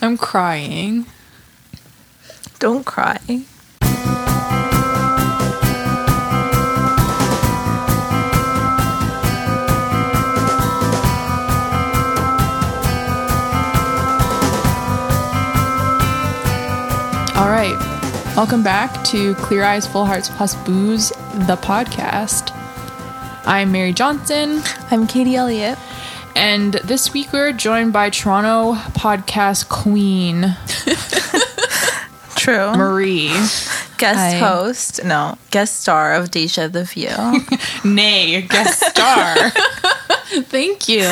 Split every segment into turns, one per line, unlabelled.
I'm crying.
Don't cry.
All right. Welcome back to Clear Eyes, Full Hearts Plus Booze, the podcast. I'm Mary Johnson,
I'm Katie Elliott.
and this week we're joined by Toronto podcast queen
True.
Marie,
guest
Hi.
host. No, guest star of Deja the View.
nay, guest star. Thank you.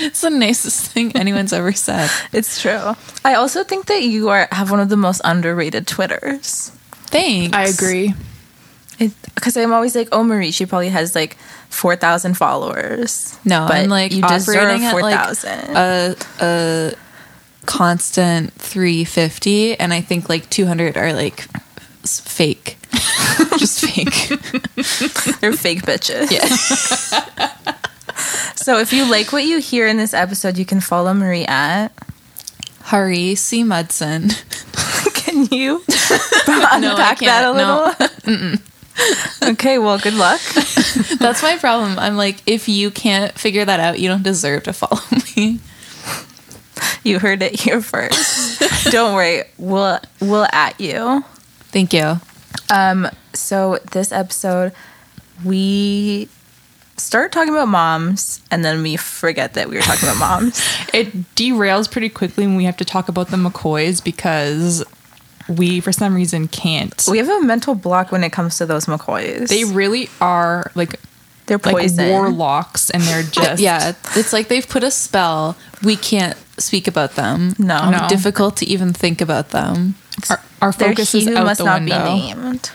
It's the nicest thing anyone's ever said.
it's true. I also think that you are have one of the most underrated Twitters.
Thanks. I agree.
Because I'm always like, oh, Marie, she probably has like 4,000 followers.
No,
but
I'm like
you deserve
operating at like uh,
4,000.
a a constant 350, and I think like 200 are like s- fake, just fake.
They're fake bitches. so if you like what you hear in this episode, you can follow Marie at.
Hari C. Mudson.
Can you unpack that a
can't. No.
little? okay, well, good luck.
That's my problem. I'm like, if you can't figure that out, you don't deserve to follow me.
You heard it here first. Don't worry, we'll we'll at you.
Thank you.
Um, so this episode, we start talking about moms, and then we forget that we were talking about moms.
It derails pretty quickly when we have to talk about the McCoys because we, for some reason, can't.
we have a mental block when it comes to those McCoys.
They really are like
they're
like
poison.
warlocks, and they're just
Yeah, it's like they've put a spell. We can't speak about them. Um,
No.
No.
difficult to even think about them.
Our, our
Their
focus
he
is
who
out
must
the
not
window.
be named.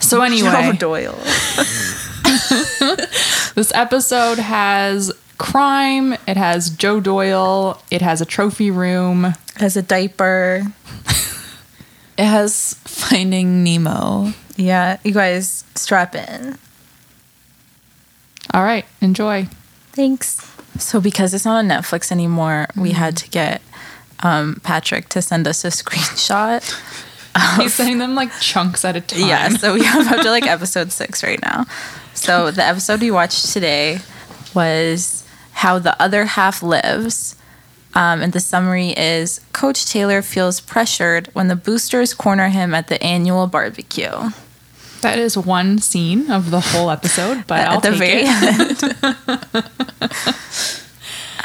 So
Joe
anyway,
Doyle.
this episode has crime. It has Joe Doyle. It has a trophy room.
Has a diaper.
It has Finding Nemo.
Yeah, you guys strap in.
All right, enjoy.
Thanks. So because it's not on Netflix anymore, we
Mm-hmm.
had to get um, Patrick to send us a screenshot.
He's sending them like chunks at a time.
Yeah, so we have up to like episode six right now. So the episode we watched today was How the Other Half Lives. Um, and the summary is Coach Taylor feels pressured when the boosters corner him at the annual barbecue.
that is one scene of the whole episode, but I'll
at the
take
very
it.
end.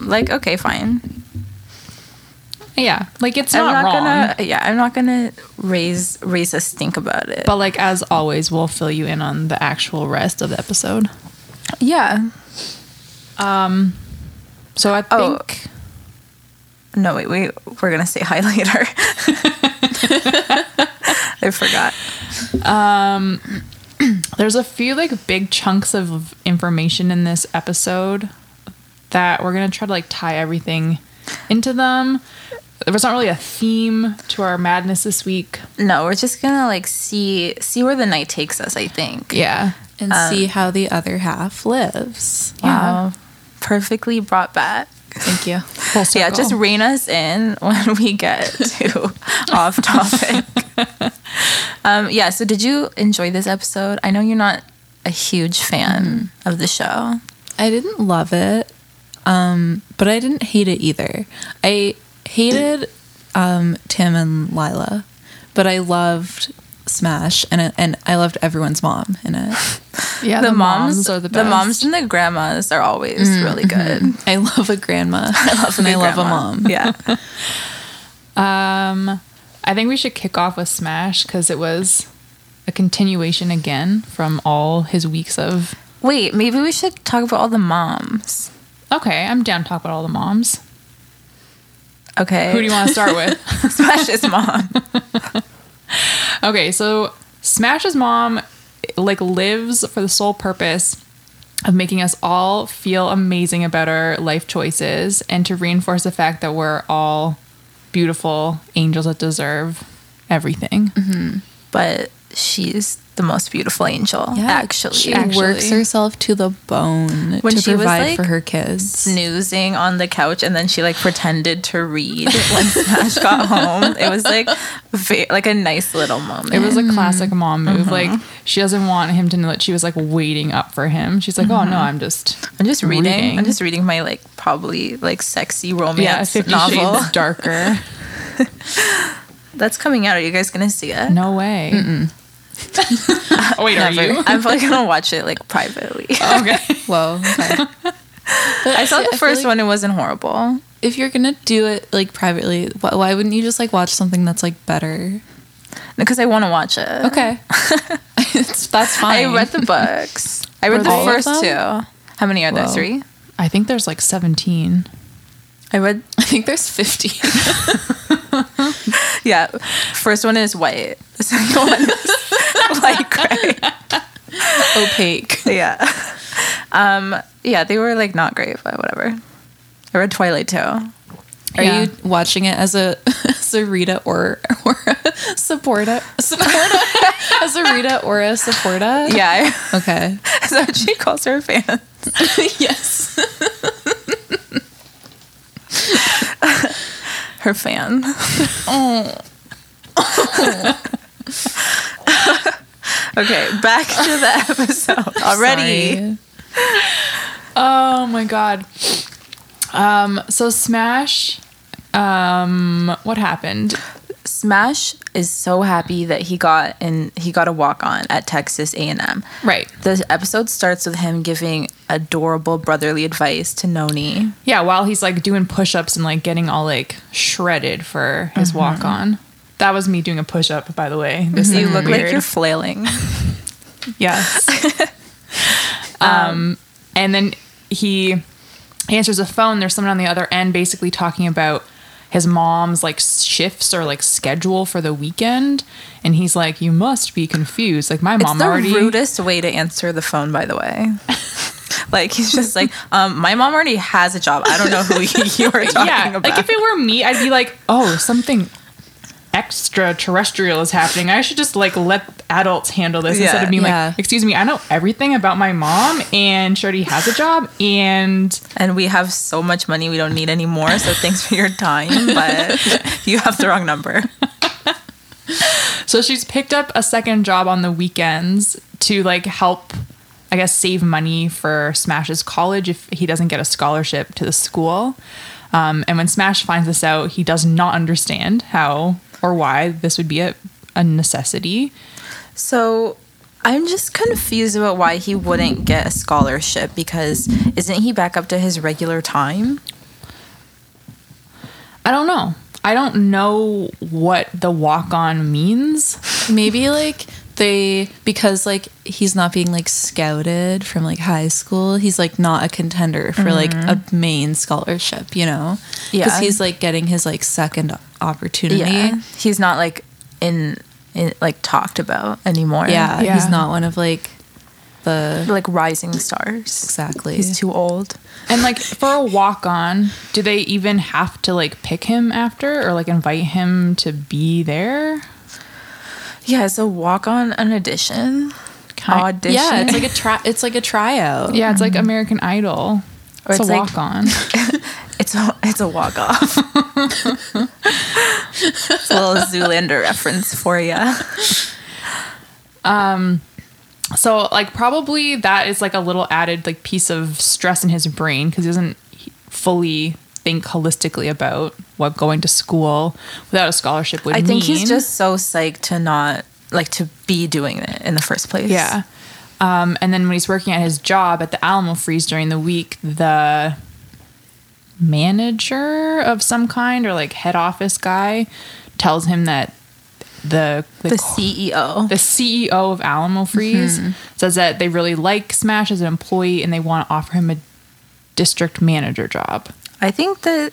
um, like okay, fine.
Yeah, like it's
I'm
not,
not
wrong.
gonna. Yeah, I'm not gonna raise raise a stink about it.
But like as always, we'll fill you in on the actual rest of the episode.
yeah.
So I
Oh.
think
No, wait, wait. We're gonna say hi later. I forgot.
there's a few like big chunks of information in this episode that we're gonna try to like tie everything into them. There was not really a theme to our madness this week.
No, we're just gonna like see see where the night takes us. I think.
Yeah.
and see how the other half lives.
Wow. Perfectly brought back.
Thank you.
Full
So yeah, just
circle.
rein us in when we get to off topic. um, yeah, so did you enjoy this episode? I know you're not a huge fan
Mm-hmm.
of the show.
I didn't love it, um, but I didn't hate it either. I hated um, Tim and Lila, but I loved Smash and and I loved everyone's mom in it.
yeah, the, moms, are the best. Mm. Mm-hmm.
moms and the grandmas are always really good.
I love a grandma. I love and I love a
Grandma.
mom.
Yeah.
Um, I think we should kick off with Smash because it was a continuation again from all his weeks of.
Wait, maybe we should talk about all the moms.
Okay, I'm down to talk about all the moms.
Okay.
Who do you want to start with?
Smash's mom.
Okay, so Smash's mom like lives for the sole purpose of making us all feel amazing about our life choices and to reinforce the fact that we're
Mm-hmm.
all beautiful angels that deserve everything.
But she's the most beautiful angel, actually.
she
Actually.
works herself to the bone
When
to
she was,
provide
like,
for her kids.
snoozing on the couch and then she like pretended to read when Smash got home. It was like ve- like a nice little moment.
It was a classic mom move.
Mm-hmm.
Like she doesn't want him to know that she was like waiting up for him. She's like, oh no, I'm just
Mm-hmm. I'm just reading.
reading.
I'm just reading my like probably like sexy
yeah,
romance
Fifty
novel
Shades Darker.
that's coming out. Are you guys gonna see it?
No way. oh wait, are you?
I'm probably gonna watch it like privately.
Okay.
Whoa. okay.
I saw the
feel
first
like-
one. It wasn't horrible.
if you're gonna do it like privately, wh- why wouldn't you just like watch something that's like better?
because I want to watch it.
Okay, It's- that's fine.
I read the books. I
Were
read the
all of
first
them?
two. How many are there?
Whoa.
Three.
I think there's like 17.
I read.
I think there's fifty.
Yeah, first one is white. The second one is like gray.
opaque.
Yeah. Um. Yeah, they were like not great, but whatever. I read Twilight too.
Are
Yeah.
you watching it as a as a Rita or or a supporta supporta as a Rita or a supporta?
Yeah,
Okay.
I, is that what she calls her fan?
yes.
Her fan. okay, back to the episode already.
Sorry.
Oh my god. Um, so Smash, um, what happened?
Smash is so happy that he got and he got a walk on at Texas A&M.
Right.
The episode starts with him giving adorable brotherly advice to Noni.
Yeah, while he's like doing push ups and like getting all like shredded for his
Mm-hmm.
walk on. That was me doing a push up, by the way. This
You
like,
look like
weird-
you're flailing.
Yes. um,
Um,
and then he answers the phone. There's someone on the other end basically talking about his mom's like shifts or like schedule for the weekend. And he's like, You must be confused. Like, my
It's
mom
the
already.
rudest way to answer the phone, by the way. like he's just like, um, my mom already has a job. I don't know who you are talking
yeah.
about.
Like, if it were me, I'd be like, Oh, something extraterrestrial is happening. I should just like let adults handle this instead
Yeah.
of being
Yeah.
like, Excuse me, I know everything about my mom and she already has a job and.
and we have so much money, we don't need any more. So thanks for your time, but you have the wrong number.
So she's picked up a second job on the weekends to like help, I guess, save money for Smash's college if he doesn't get a scholarship to the school. Um, and when Smash finds this out, he does not understand how or why this would be a, a necessity.
So I'm just confused about why he wouldn't get a scholarship because isn't he back up to his regular time?
I don't know. I don't know what the walk on means.
Maybe like they because like he's not being like scouted from like high school. He's like not a contender for like a main scholarship. You know.
Yeah.
Because he's like getting his like second opportunity.
He's not like in, in like talked about anymore.
Yeah,
Yeah.
he's not one of like the
Like rising stars.
exactly.
He's too old.
And like for a walk on, do they even have to like pick him after or like invite him to be there?
Yeah, so walk on an audition. Audition.
yeah, it's like a try. It's like a tryout.
Yeah, it's like American Idol.
Mm-hmm. Or
it's,
it's
a
like-
walk on.
it's a it's a walk off. it's a little Zoolander reference for you.
so like probably that is like a little added like piece of stress in his brain because he doesn't fully think holistically about what going to school without a scholarship would
I
mean.
think he's just so psyched to not like to be doing it in the first place.
yeah. Um, and then when he's working at his job at the Alamo Freeze during the week, the manager of some kind or like head office guy tells him that the
The E CEO.
the CEO of Alamo Freeze says that they really like Smash as an employee and they want to offer him a district manager job.
I think that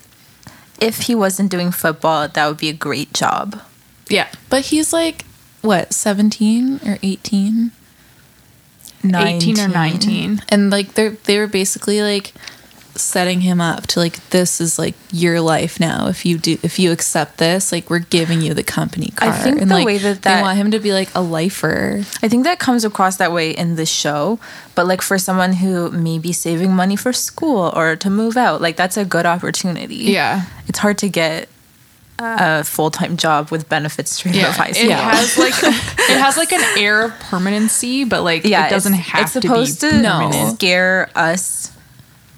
if he wasn't doing football, that would be a great job.
Yeah.
but he's like what seventeen or eighteen,
18 or 19.
and like they're they were basically like setting him up to like this is like your life now. If you do, if you accept this, like we're giving you the company
I
car.
think
and
the
like
way that
they
that-
want him to be like a lifer.
I think that comes across that way in the show, but like for someone who may be saving money for school or to move out, like that's a good opportunity.
Yeah.
It's hard to get a full time job with benefits straight out of high
It
school.
has like it has like an air of permanency, but like
yeah,
it doesn't
it's,
have
it's supposed
to
to,
be
No.
permanent.
scare us.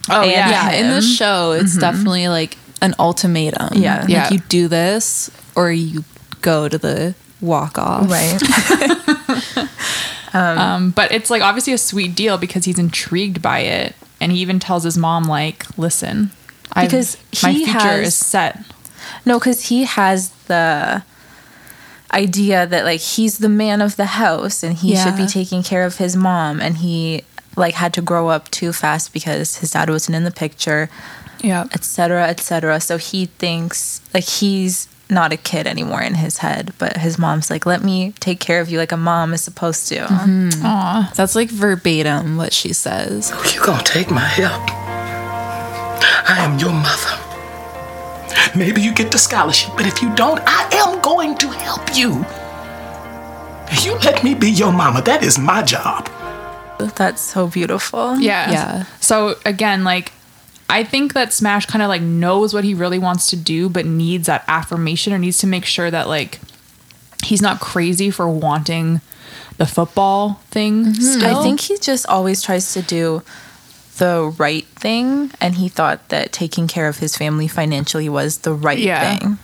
Oh
yeah.
Yeah, in the
him. Mm-hmm.
show, it's definitely like an ultimatum.
Yeah.
like
Yeah.
you do this or you go to the walk off.
Right.
Um, but it's like obviously a sweet deal because he's intrigued by it, and he even tells his mom like, "Listen, I've-
Because
my
he
future
has-
is set."
No, because he has the idea that like he's the man of the house and he should be
Yeah.
taking care of his mom and he like had to grow up too fast because his dad wasn't in the picture
Yeah.
etc cetera, etc cetera. so he thinks like he's not a kid anymore in his head but his mom's like let me take care of you like a mom is supposed to
Mm-hmm. Aw,
That's like verbatim what she says.
You gonna take my help? I am your mother. Maybe you get the scholarship, but if you don't, I am going to help you. You let me be your mama. That is my job.
that's so beautiful
yeah,
Yeah.
So again, like. I think that Smash kind of like knows what he really wants to do, but needs that affirmation or needs to make sure that like he's not crazy for wanting the football thing. still.
Mm-hmm. I think he just always tries to do the right thing, and he thought that taking care of his family financially was the right
Yeah.
thing.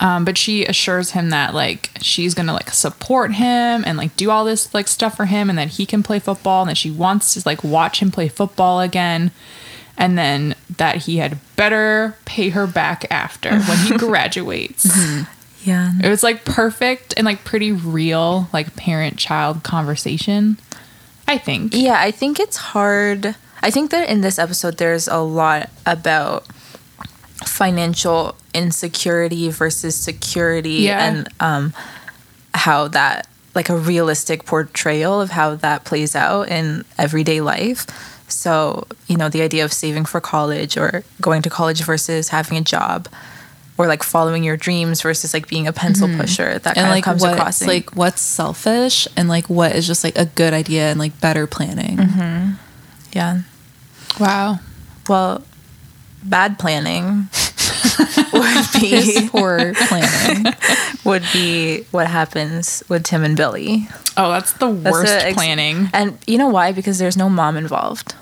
Um, but she assures him that like she's gonna like support him and like do all this like stuff for him and that he can play football and that she wants to like watch him play football again and then that he had better pay her back after when he graduates.
Yeah,
it was like perfect and like pretty real like parent child conversation. I think.
yeah. I think it's hard. I think that in this episode, there's a lot about financial insecurity versus security,
Yeah.
and um, how that like a realistic portrayal of how that plays out in everyday life. So, you know, the idea of saving for college or going to college versus having a job or like following your dreams versus like being a pencil pusher that kind
Mm-hmm. and
of
like
comes
what's
across in-
like what's selfish and like what is just like a good idea and like better planning.
yeah.
Wow.
Well, bad planning would
Piss
be
poor planning.
would be what happens with Tim and Billy.
Oh, that's the
That's
worst
the ex-
planning.
And you know why? Because there's no mom involved.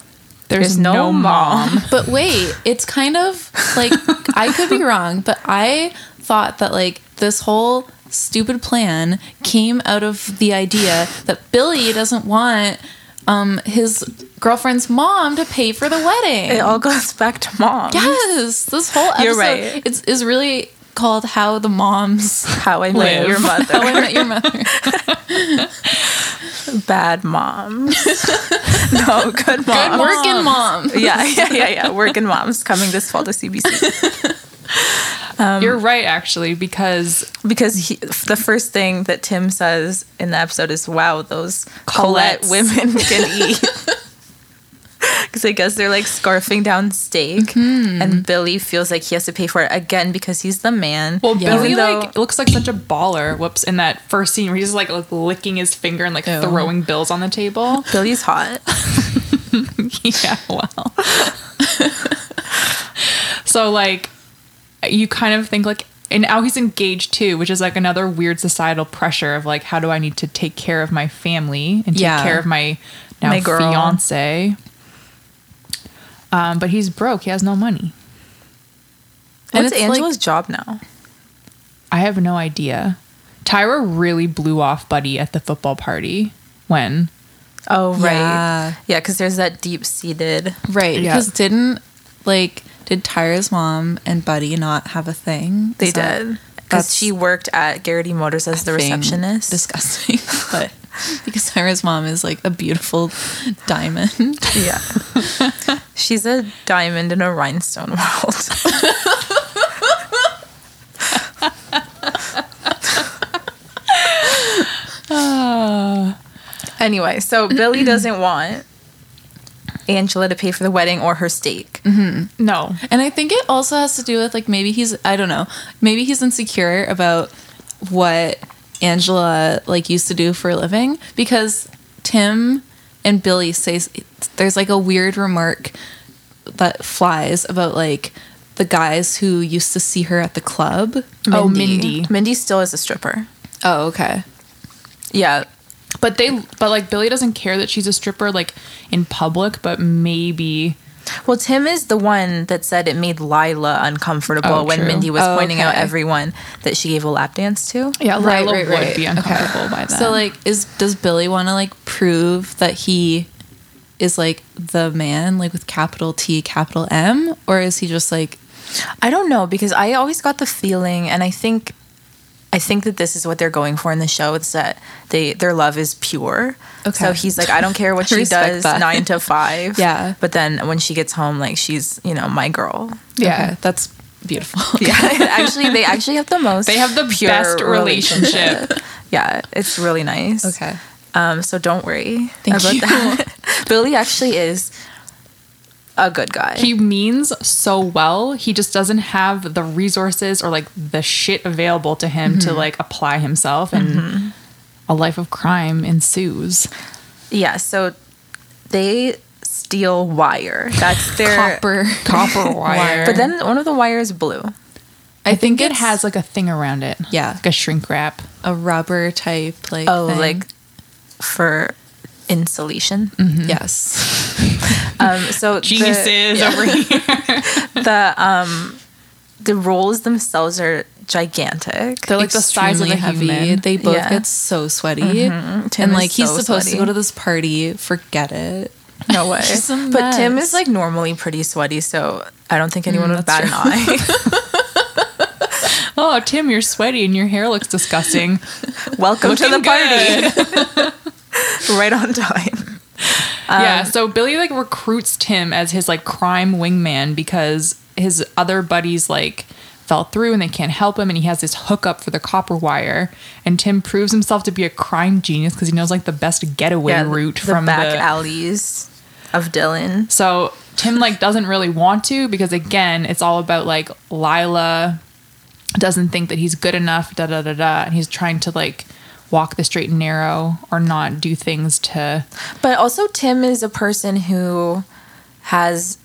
There's, no, mom.
But wait, it's kind of like I could be wrong, but I thought that like this whole stupid plan came out of the idea that Billy doesn't want um his girlfriend's mom to pay for the wedding.
It all goes back to mom.
yes, this whole episode
You're right.
it's is really called how the moms
How I
Live.
met your
how I
mother.
met your mother.
Bad moms. no, good moms.
Good working mom.
Yeah, yeah, yeah, yeah. Working moms coming this fall to CBC
You're right actually because
because he, the first thing that Tim says in the episode is, "Wow, those Colette
Colettes.
women can eat." Because I guess they're like scarfing down steak, and Billy feels like he has to pay for it again because he's the man.
Well,
Yeah.
Billy
Even though-
like looks like such a baller. Whoops! In that first scene where he's just, like, like licking his finger and like
Ew.
throwing bills on the table.
Billy's hot.
yeah, well. so like, you kind of think like, and now he's engaged too, which is like another weird societal pressure of like, how do I need to take care of my family and take
Yeah.
care of my now
My girl.
fiance? Um, but he's broke. He has no money.
And
What's
it's,
Angela's job now?
I have no idea. Tyra really blew off Buddy at the football party when
Oh,
Yeah.
right. Yeah, because there's that deep seated.
Right.
Yeah.
Because didn't like did Tyra's mom and Buddy not have a thing?
They
Is that-
did. Because
that's
she worked at Garrity Motors as the
thing
receptionist.
Disgusting. But because Tyra's mom is like a beautiful diamond.
Yeah. She's a diamond in a rhinestone world. anyway, so Billy doesn't want Angela to pay for the wedding or her steak.
No.
And I think it also has to do with like maybe he's I don't know maybe he's insecure about what Angela like used to do for a living because Tim and Billy say there's like a weird remark that flies about like the guys who used to see her at the club.
Oh, Mindy.
Mindy still is a stripper.
Oh, okay.
Yeah.
But they, but like Billy doesn't care that she's a stripper, like in public, but maybe.
Well, Tim is the one that said it made Lila uncomfortable
Oh,
when
true.
Mindy was
Oh,
pointing out
okay.
everyone that she gave a lap dance to.
Yeah,
Right,
Lila
right,
would
right.
be
Okay.
uncomfortable by that.
So like is does Billy want to like prove that he is like the man like with capital T capital M or is he just like
I don't know because I always got the feeling, and I think, I think that this is what they're going for in the show. It's that they their love is pure.
Okay.
So he's like, I don't care what
I
she
respect
does
that.
nine to five.
Yeah.
But then when she gets home, like she's you know my girl.
yeah,
Okay, "Ah, that's beautiful.
Yeah. actually, they actually have the most.
they have the
pure
best relationship.
yeah, it's really nice.
Okay.
Um. So don't worry
Thank
about
you.
that. Billy actually is a good guy.
he means so well. He just doesn't have the resources or like the shit available to him to like apply himself, and a life of crime ensues.
yeah. So they steal wire. That's their
Copper.
Copper wire.
But then one of the wires blew.
I, think, it
it's-
has like a thing around it.
Yeah.
like a shrink wrap.
A rubber type like
Oh,
thing.
like for insulation.
Mm-hmm. yes.
Um, so the,
Geniuses over here.
the um the rolls themselves are gigantic.
They're like the size of a
Extremely
human.
They both
Yeah. Mm-hmm.
get so sweaty.
Tim
And
is
like he's
so
supposed
sweaty.
to go to this party, forget it.
no way.
She's a
But Tim
mess.
is like normally pretty sweaty, so I don't think anyone would bat an eye.
Oh, Tim, you're sweaty and your hair looks disgusting.
Welcome to the
Looking
party.
good.
right on time. Um,
yeah, so Billy like recruits Tim as his like crime wingman because his other buddies like fell through and they can't help him and he has this hookup for the copper wire and Tim proves himself to be a crime genius because he knows like the best getaway
Yeah,
route
the
from
back
the
alleys of Dylan.
So Tim like doesn't really want to because again, it's all about like Lila doesn't think that he's good enough, da da da da, and he's trying to like walk the straight and narrow or not do things to
But also, Tim is a person who has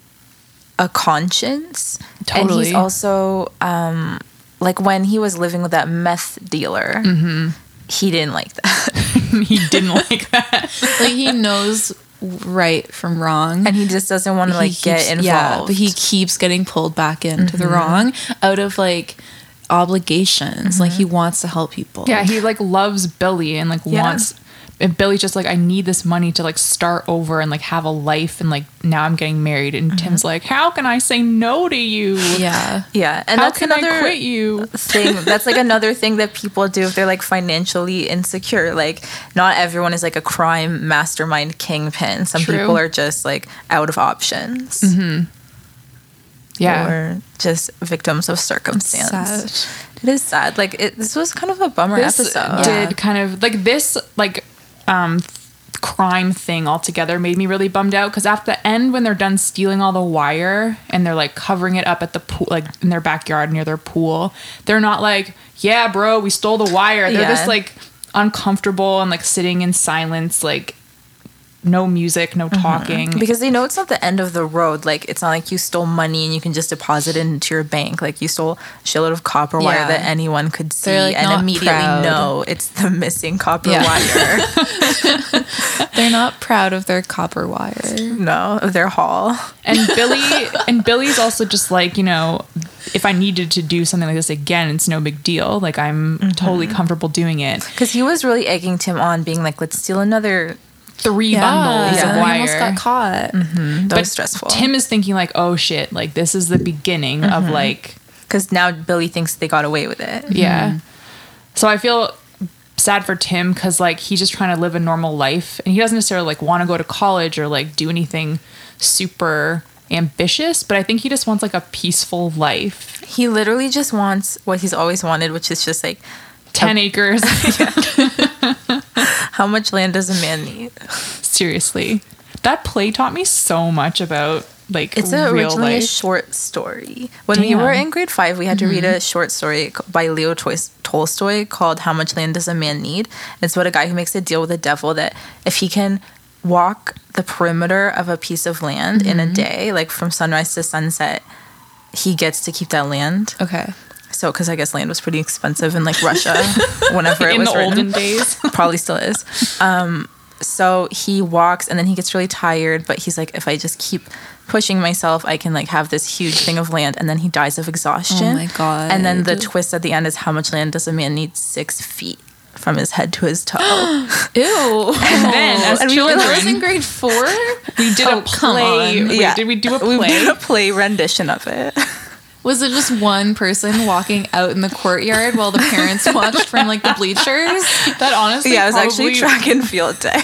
a conscience. And
Totally.
he's also, um, like, when he was living with that meth dealer,
Mm-hmm.
he didn't like that.
he didn't like that.
Like he knows right from wrong.
And he just doesn't want to, like,
he
get
keeps-
involved.
but he keeps getting pulled back into the wrong out of like obligations. Like he wants to help people.
Yeah, he like loves Billy and like
Yeah.
wants and Billy's just like, I need this money to like start over and like have a life and like now I'm getting married and Tim's like, How can I say no to you?
Yeah.
yeah. And
How
that's
can
another
I quit you?
thing. That's, like, another thing that people do if they're, like, financially insecure. Like, not everyone is, like, a crime mastermind kingpin. Some
True.
people are just, like, out of options.
Yeah.
or just victims of circumstance.
Sad.
It is sad. Like it, this was kind of a bummer
this
episode.
Yeah.
did kind of like this like um th- crime thing altogether made me really bummed out because at the end when they're done stealing all the wire and they're like covering it up at the pool like in their backyard near their pool they're not like yeah bro we stole the wire they're
Yeah.
just like uncomfortable and like sitting in silence like no music
Mm-hmm.
no talking
Because they know it's not the end of the road. Like it's not like you stole money and you can just deposit it into your bank. Like you stole a shitload of copper wire
Yeah.
that anyone could see
They're, like,
and
not
immediately
proud.
know it's the missing copper
Yeah.
wire.
They're not proud of their copper wire.
no, of their haul.
and Billy and Billy's also just like you know if I needed to do something like this again it's no big deal like I'm totally
Mm-hmm.
comfortable doing it
Because he was really egging Tim on, being like, "Let's steal another."
three bundles
Yeah.
of
He almost
wire.
got caught.
That
but
was stressful. Mm-hmm.
Tim is thinking like, oh shit, like this is the beginning of like,
Because now Billy thinks they got away with it.
yeah. So I feel sad for Tim because like he's just trying to live a normal life and he doesn't necessarily like want to go to college or like do anything super ambitious, but I think he just wants like a peaceful life.
He literally just wants what he's always wanted, which is just like
Ten acres,
How much land does a man need?
seriously. That play taught me so much about like
It's a-
real
originally
life.
a short story. When we were
Damn. Mm-hmm.
in grade five, we had to read a short story c- by Leo Tois- Tolstoy called "How Much Land Does a Man Need?" It's about a guy who makes a deal with the devil that if he can walk the perimeter of a piece of land in
Mm-hmm.
a day, like from sunrise to sunset, he gets to keep that land.
Uh,
Okay.
So, because I guess land was pretty expensive in like Russia, whenever it
in
was
the
written
olden days.
probably still is. Um, so he walks and then he gets really tired, but he's like, if I just keep pushing myself, I can like have this huge thing of land. And then he dies of exhaustion.
Oh my God.
And then the twist at the end is how much land does a man need? Six feet from his head to his toe.
Ew.
And then as
And we were
children,
like-
we,
I was in grade four.
did
Oh,
a
come
play.
on.
Wait,
Yeah.
Did we do a
we
play?
did a play rendition of it.
Was it just one person walking out in the courtyard while the parents watched from like the bleachers?
that honestly,
yeah, it was
probably,
actually track and field day.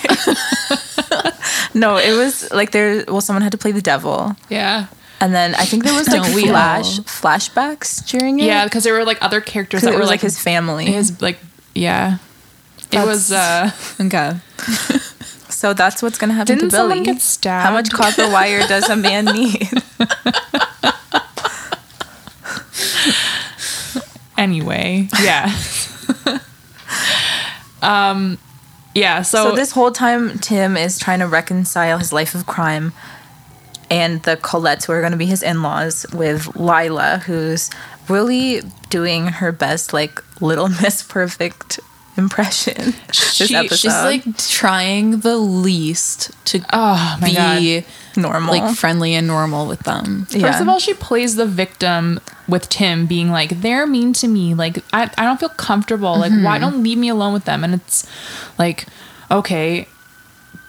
no, it was like there. Well, someone had to play the devil,
Yeah.
and then I think there was like
Don't we
flash flashbacks during it.
Yeah, because there were like other characters
because
that
it
were
was
like
like his family.
his like yeah. It was uh
Okay.
So that's what's gonna happen
Didn't
to Billy.
someone get stabbed?
How much copper wire does a man need?
anyway. Yeah. um yeah, so,
so this whole time, Tim is trying to reconcile his life of crime and the Colettes, who are gonna be his in-laws, with Lila, who's really doing her best, like Little Miss Perfect impression. This
She-
episode,
she's,
She's like trying the least to
oh my god.
be
normal.
like friendly and normal with them.
First
yeah.
of all, she plays the victim with Tim being like, they're mean to me. Like, I, I don't feel comfortable. Like, why
Mm-hmm.
don't leave me alone with them? And it's like, okay,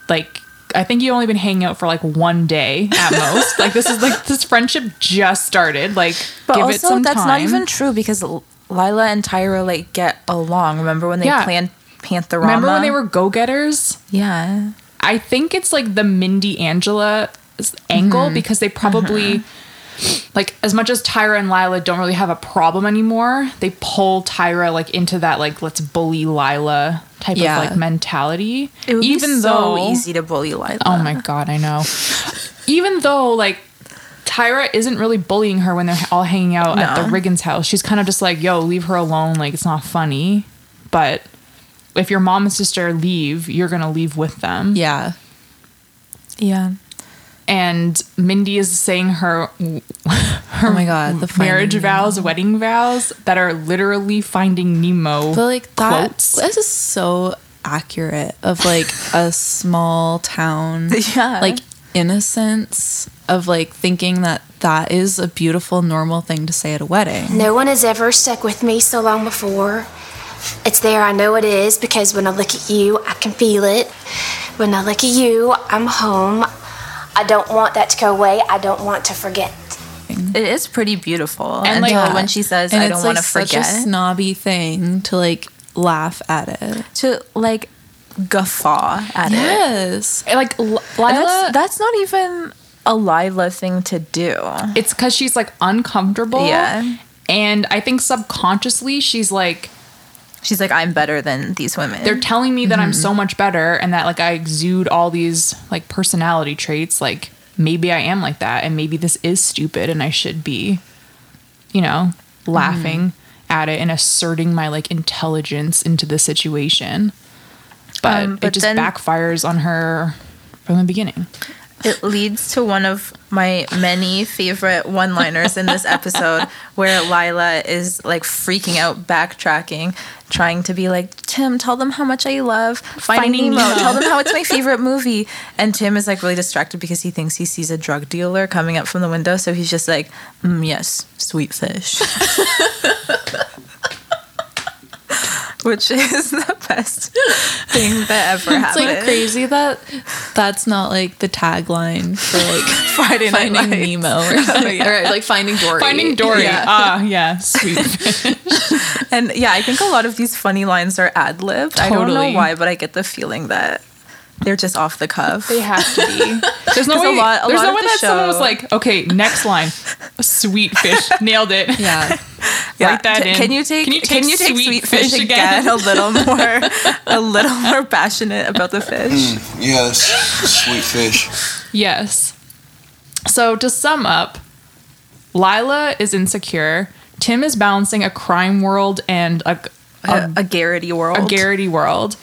like, I think you've only been hanging out for like one day at most. like, this is like, this friendship just started. Like,
but
give
also
it some
that's
time.
not even true because L- Lila and Tyra like get along. Remember when they
Yeah.
planned Pantherama?
Remember when they were go getters?
yeah.
I think it's like the Mindy Angela s- angle
Mm-hmm.
because they probably like as much as Tyra and Lila don't really have a problem anymore, they pull Tyra like into that like let's bully Lila type
Yeah.
of like mentality.
It would
Even
be
though
so easy to bully Lila.
Oh my god, I know. Even though like Tyra isn't really bullying her when they're all hanging out at the
No.
Riggins house. She's kind of just like, "Yo, leave her alone. Like it's not funny." But if your mom and sister leave, you're going to leave with them.
Yeah.
Yeah.
and Mindy is saying her her
Oh my god, the
marriage
finding-
vows, wedding vows that are literally finding Nemo.
But like that
quotes.
this is so accurate of like a small town
Yeah.
like innocence of like thinking that that is a beautiful normal thing to say at a wedding.
No one has ever stuck with me so long before. It's there, I know it is, because when I look at you, I can feel it. When I look at you, I'm home. I don't want that to go away. I don't want to forget.
It is pretty beautiful. And,
like,
so
yeah.
when she says,
And
I
it's,
don't want to
like,
forget,
Such a snobby thing to like laugh at it.
to like guffaw at it.
Yes.
like L- Lila,
And that's, that's not even a Lila thing to do.
it's because she's like uncomfortable.
Yeah.
and I think subconsciously she's like,
She's like, I'm better than these women.
they're telling me that I'm so much better and that like I exude all these like personality traits. Like maybe I am like that, and maybe this is stupid, and I should be, you know, laughing at it and asserting my like intelligence into the situation. But,
Um, but
it just
then-
backfires on her from the beginning.
it leads to one of my many favorite one liners in this episode where Lila is like freaking out, backtracking, trying to be like, Tim, tell them how much I love Finding,
Finding
Nemo.
Nemo."
Tell them how it's my favorite movie. And Tim is like really distracted because he thinks he sees a drug dealer coming up from the window. So he's just like, mm, yes, sweet fish. Which is the best thing that ever
It's
happened.
like crazy that that's not like the tagline for like
Friday Night Lights.
finding Nemo or something. Or like finding Dory.
Finding Dory.
Yeah.
Ah, yeah, sweet.
And yeah, I think a lot of these funny lines are ad libbed. I don't know
Totally.
why, but I get the feeling that They're just off the cuff.
They have to be. There's no
'Cause a
way.
lot- a
there's
lot
no
of
way
the
that someone
show-
was like, okay, next line, sweet fish, nailed it.
Yeah.
Yeah.
Write that
T-
in.
Can you take Can you take, sweet, fish, again? a little more a little more passionate about the fish?
Yeah, that's sweet fish.
Yes. So to sum up, Lila is insecure. Tim is balancing a crime world and a,
A, a Garrity world.
a Garrity world,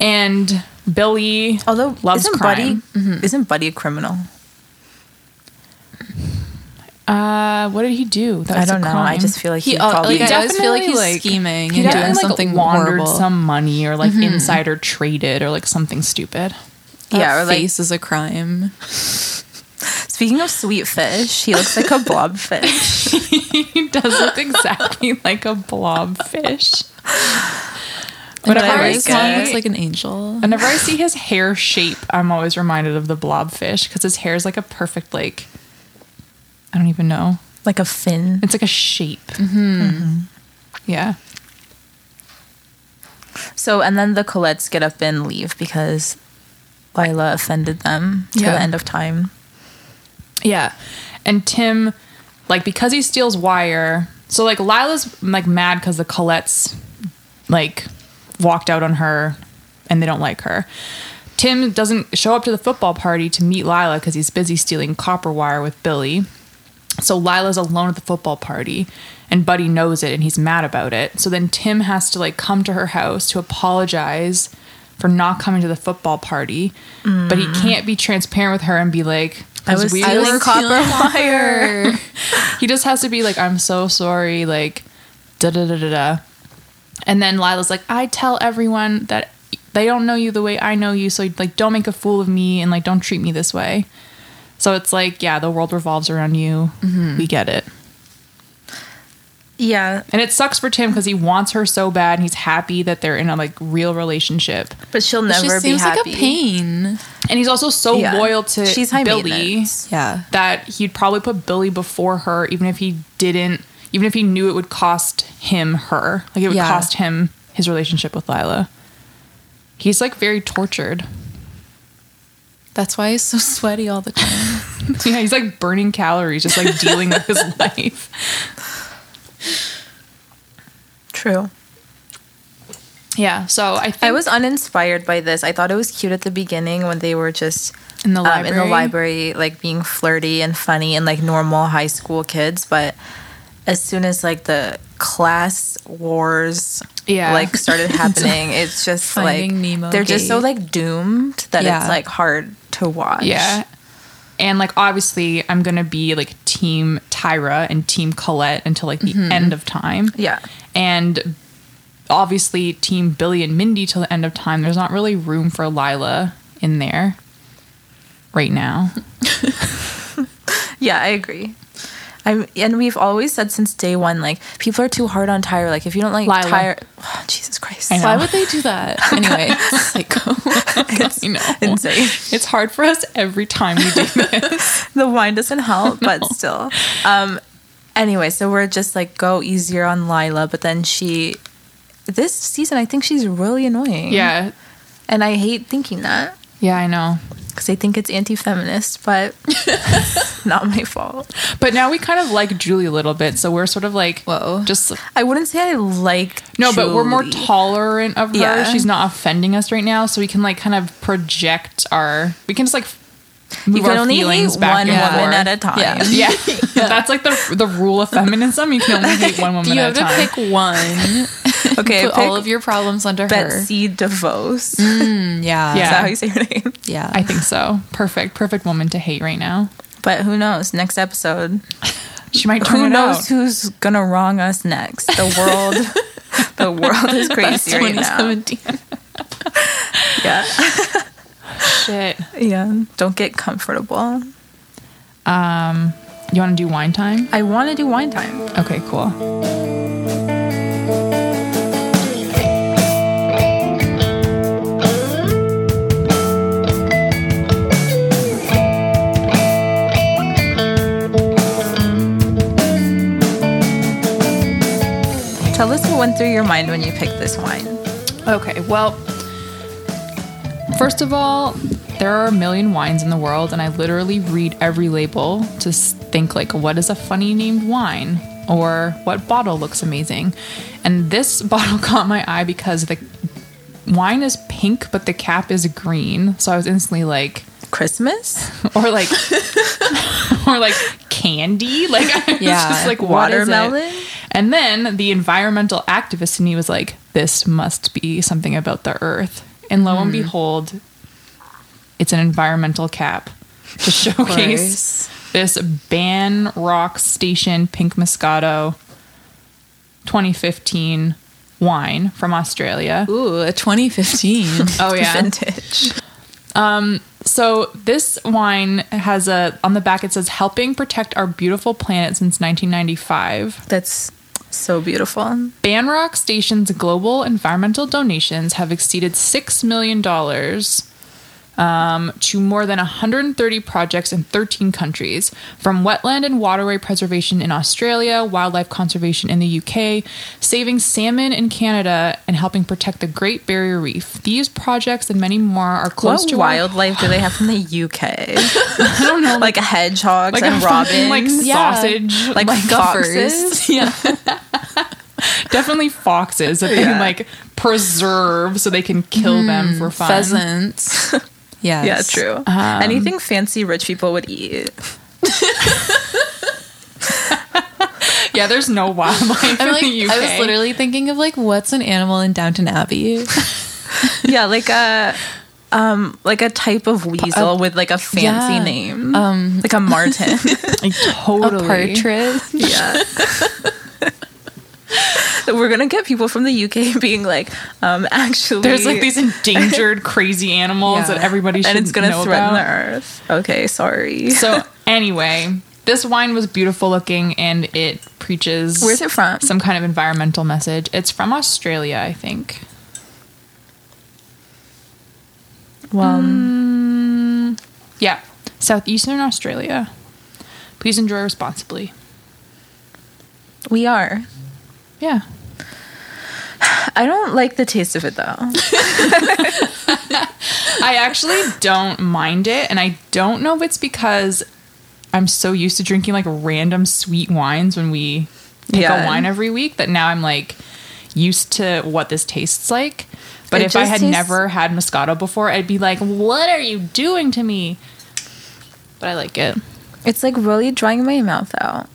and Billy.
Although
loves
isn't
crime. Mm-hmm.
Buddy isn't Buddy a criminal?
Uh, what did he do? That
I
was a
don't know. I
crime.
just feel like he,
He, uh,
probably
like, I always feel like
definitely,
he's
like-
scheming
he
and
definitely
doing
like
something
laundered
horrible.
some money or like
Mm-hmm.
insider traded or like something stupid.
That
yeah. Or like
face is a crime.
speaking of sweet fish, he looks like a blobfish.
he does look exactly like a blobfish. Whenever
I
I,
like
see,
it.
looks like an angel.
whenever I see his hair shape, I'm always reminded of the blobfish because his hair is like a perfect like. I don't even know.
like a fin.
It's like a shape. Mm-hmm. Yeah.
So and then the Colettes get up and leave because Lila offended them to
Yeah.
the end of time.
Yeah. And Tim, like, because he steals wire, so like Lila's like mad because the Colettes like walked out on her and they don't like her. Tim doesn't show up to the football party to meet Lila because he's busy stealing copper wire with Billy. So Lila's alone at the football party and Buddy knows it and he's mad about it. So then Tim has to like come to her house to apologize for not coming to the football party, but he can't be transparent with her and be like,
Mm. I
"'Cause
was
we
stealing
were-
copper wire.
he just has to be like, I'm so sorry, like, da da da da da. And then Lila's like, I tell everyone that they don't know you the way I know you, so like, don't make a fool of me and like, don't treat me this way. So it's like, yeah, the world revolves around you.
Mm-hmm.
We get it.
Yeah,
And it sucks for Tim because he wants her so bad and he's happy that they're in a like real relationship.
but she'll
She
never be
seems
happy.
like a pain.
And he's also so
Yeah.
loyal to
She's high
Billy
maintenance.
Yeah.
that he'd probably put Billy before her, even if he didn't, even if he knew it would cost him her. Like it would
Yeah.
cost him his relationship with Lila. He's like very tortured.
That's why he's so sweaty all the time.
yeah, he's like burning calories, just like dealing with his life.
True.
Yeah. So I think
I was uninspired by this. I thought it was cute at the beginning when they were just
in the
um,
library.
in the library, like being flirty and funny and like normal high school kids. But as soon as like the class wars,
Yeah.
like started happening, it's just like
Finding Nemo
they're just so
gate.
like doomed that
Yeah.
it's like hard to watch.
Yeah. And like obviously I'm gonna be like team Tyra and team Colette until like the end of time.
Mm-hmm. yeah.
And obviously team Billy and Mindy till the end of time. There's not really room for Lila in there right now.
Yeah, I agree. I'm, and we've always said since day one, like people are too hard on Tyra. Like if you don't like
Lila.
Tyra, Jesus Christ,
I know.
Why would they do that? Anyway, psycho.
You know.
insane.
It's hard for us every time we do this.
the wine doesn't help, but still. Um, anyway, so we're just like go easier on Lila, but then she, this season, I think she's really annoying.
yeah.
and I hate thinking that
Yeah, I know.
because I think it's anti-feminist, but not my fault.
But now we kind of like Julie a little bit, so we're sort of like
Whoa.
just
I wouldn't say I like.
No, but we're more
Julie.
tolerant of her.
Yeah.
She's not offending us right now, so we can like kind of project our. We can just like move
You can
our
only hate
feelings
one
back
woman
and forth.
at a time.
Yeah.
yeah, that's like the the rule of feminism. You can only hate one woman
You
at a
have to
time.
pick one.
Okay,
Put
pick
all of your problems under
Betsy DeVos.
her.
Yeah.
Yeah.
Is that how you say her name?
Yeah.
I think so. Perfect, perfect woman to hate right now.
But who knows? Next episode,
She might turn
who
it
knows
out.
who's gonna wrong us next? The world, the world is crazy right now.
2017.
Yeah,
Shit.
yeah. Don't get comfortable.
Um, you want to do wine time?
I want to do wine time.
Okay, cool.
Tell us what went through your mind when you picked this wine.
Okay, well, First of all, there are a million wines in the world, and I literally read every label to s- think like, what is a funny named wine, or what bottle looks amazing. And this bottle caught my eye because the wine is pink, but the cap is green. So I was instantly like,
Christmas?
or like, or like candy. Like, I was
Yeah.
just like what is it?
Watermelon?
And then the environmental activist in me was like, this must be something about the earth. And lo
Hmm.
and behold, it's an environmental cap to showcase this Ban Rock Station Pink Moscato 2015 wine from Australia.
Ooh, a 2015.
Oh, yeah.
Vintage.
So this wine has a on the back it says helping protect our beautiful planet since 1995.
That's so beautiful.
Banrock Station's global environmental donations have exceeded six million dollars um, to more than 130 projects in 13 countries, from wetland and waterway preservation in Australia, wildlife conservation in the UK, saving salmon in Canada, and helping protect the Great Barrier Reef. These projects and many more are close
What
to our-
wildlife do they have from the UK?
I don't know,
like hedgehogs
like
and
a fucking, like
robins,
sausage,
like, foxes.
Gophers. Yeah.
definitely foxes that they
Yeah. Mm.
like preserve so they can kill them for fun.
Pheasants. Yes.
Yeah, true. Anything fancy rich people would eat.
Yeah, there's no wildlife
I'm like,
in the UK.
I was literally thinking of like, what's an animal in Downton Abbey?
yeah, like a um like a type of weasel with like a fancy
yeah.
name. Um like a marten.
A
totally
partridge.
yeah. We're gonna get people from the UK being like, um, actually,
There's like these endangered crazy animals
Yeah.
that everybody should
and it's gonna
know
threaten
about.
the earth. Okay, sorry.
So anyway, this wine was beautiful looking and it preaches
Where's it from?
some kind of environmental message. It's from Australia, I think.
Well,
um, Yeah, southeastern Australia. Please enjoy responsibly.
mm, we are.
Yeah.
I don't like the taste of it though.
I actually don't mind it, and I don't know if it's because I'm so used to drinking like random sweet wines when we pick
Yeah.
a wine every week that now I'm like used to what this tastes like. But
It
if I
just
had
tastes-
never had Moscato before, I'd be like, "What are you doing to me?" But I like it.
It's like really drying my mouth out,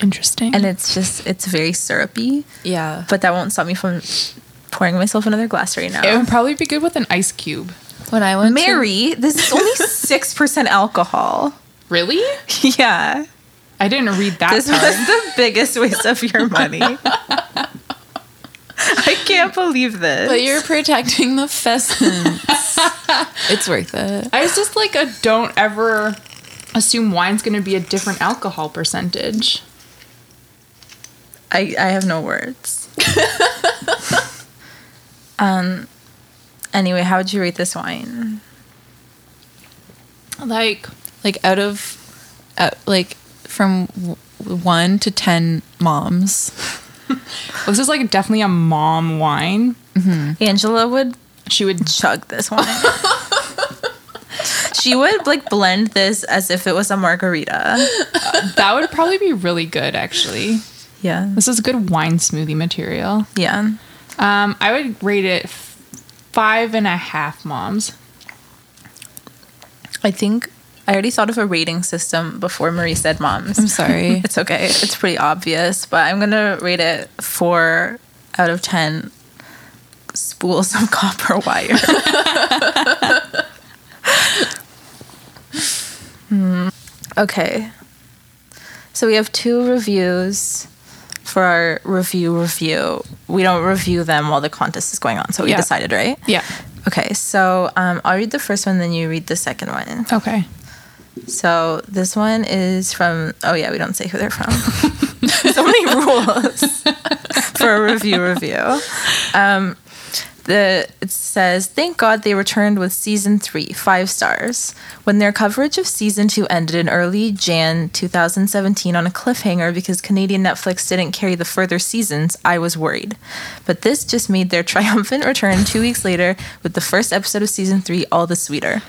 Interesting.
and it's just it's very syrupy.
Yeah.
But that won't stop me from pouring myself another glass right now.
it would probably be good with an ice cube.
When I went to
Mary, this is only six percent alcohol.
Really?
Yeah,
I didn't read that
this
part.
was the biggest waste of your money. I can't believe this.
But you're protecting the pheasants. it's worth it.
I was just like a don't ever assume wine's going to be a different alcohol percentage.
I, I have no words. um. Anyway, how would you rate this wine?
Like
Like out of, uh, like from w- one to ten moms.
this is like definitely a mom wine.
Angela would
She would
chug this wine. she would like blend this as if it was a margarita.
that would probably be really good actually.
Yeah.
This is good wine smoothie material.
Yeah.
Um, I would rate it f- five and a half moms.
I think I already thought of a rating system before Marie said
I'm
moms.
sorry.
It's okay. It's pretty obvious, but I'm going to rate it 4 out of 10 spools of copper wire. Hmm. Okay. So we have two reviews for our review review. We don't review them while the contest is going on, so we
Yeah.
decided, right?
Yeah.
Okay, so um, I'll read the first one, then you read the second one.
Okay.
So this one is from, oh yeah, we don't say who they're from. so many rules for a review review. Um, the it says thank god they returned with season 3 5 stars when their coverage of season 2 ended in early jan 2017 on a cliffhanger because canadian netflix didn't carry the further seasons i was worried but this just made their triumphant return 2 weeks later with the first episode of season 3 all the sweeter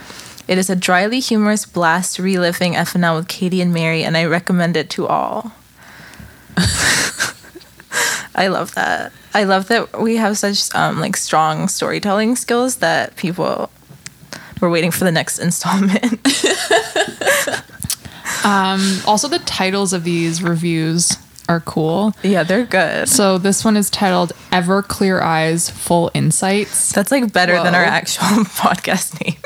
it is a dryly humorous blast reliving FNL with Katie and Mary, and I recommend it to all. I love that. I love that we have such um, like strong storytelling skills that people were waiting for the next installment.
Um, Also, the titles of these reviews are cool.
yeah, they're good.
So this one is titled "Ever Clear Eyes, Full Insights."
That's like better than our
Whoa.
actual podcast name.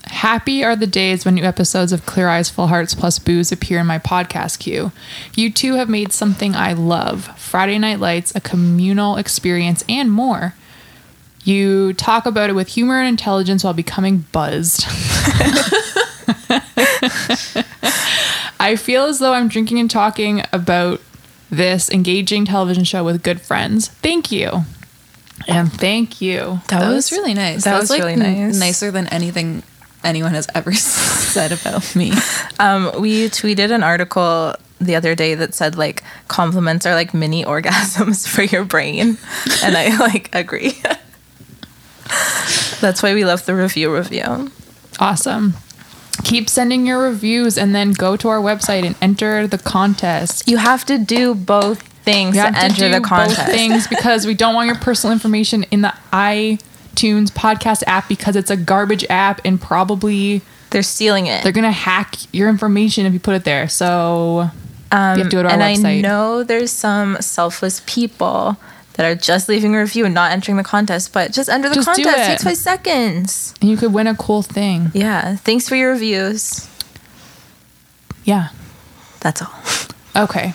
Happy are the days when new episodes of Clear Eyes, Full Hearts plus Booze appear in my podcast queue. You two have made something I love: Friday Night Lights, a communal experience, and more. You talk about it with humor and intelligence while becoming buzzed. I feel as though I'm drinking and talking about this engaging television show with good friends. Thank you. And thank you.
That, was, really nice.
that
That
was
was like
really nice.
n- nicer than anything anyone has ever said about me.
Um, we tweeted an article the other day that said like compliments are like mini orgasms for your brain, and I like agree. That's why we love the review review.
Awesome. Keep sending your reviews and then go to our website and enter the contest.
You have to do both things
You
to
have to
enter
do
the contest.
both things because we don't want your personal information in the iTunes podcast app because it's a garbage app and probably
They're stealing it.
they're gonna hack your information if you put it there. So you have to go to our
Um, and
website.
I know there's some selfless people that are just leaving a review and not entering the contest, but just enter the
Just do
contest.
it.
takes five seconds.
and you could win a cool thing.
Yeah. Thanks for your reviews.
Yeah.
That's all.
Okay.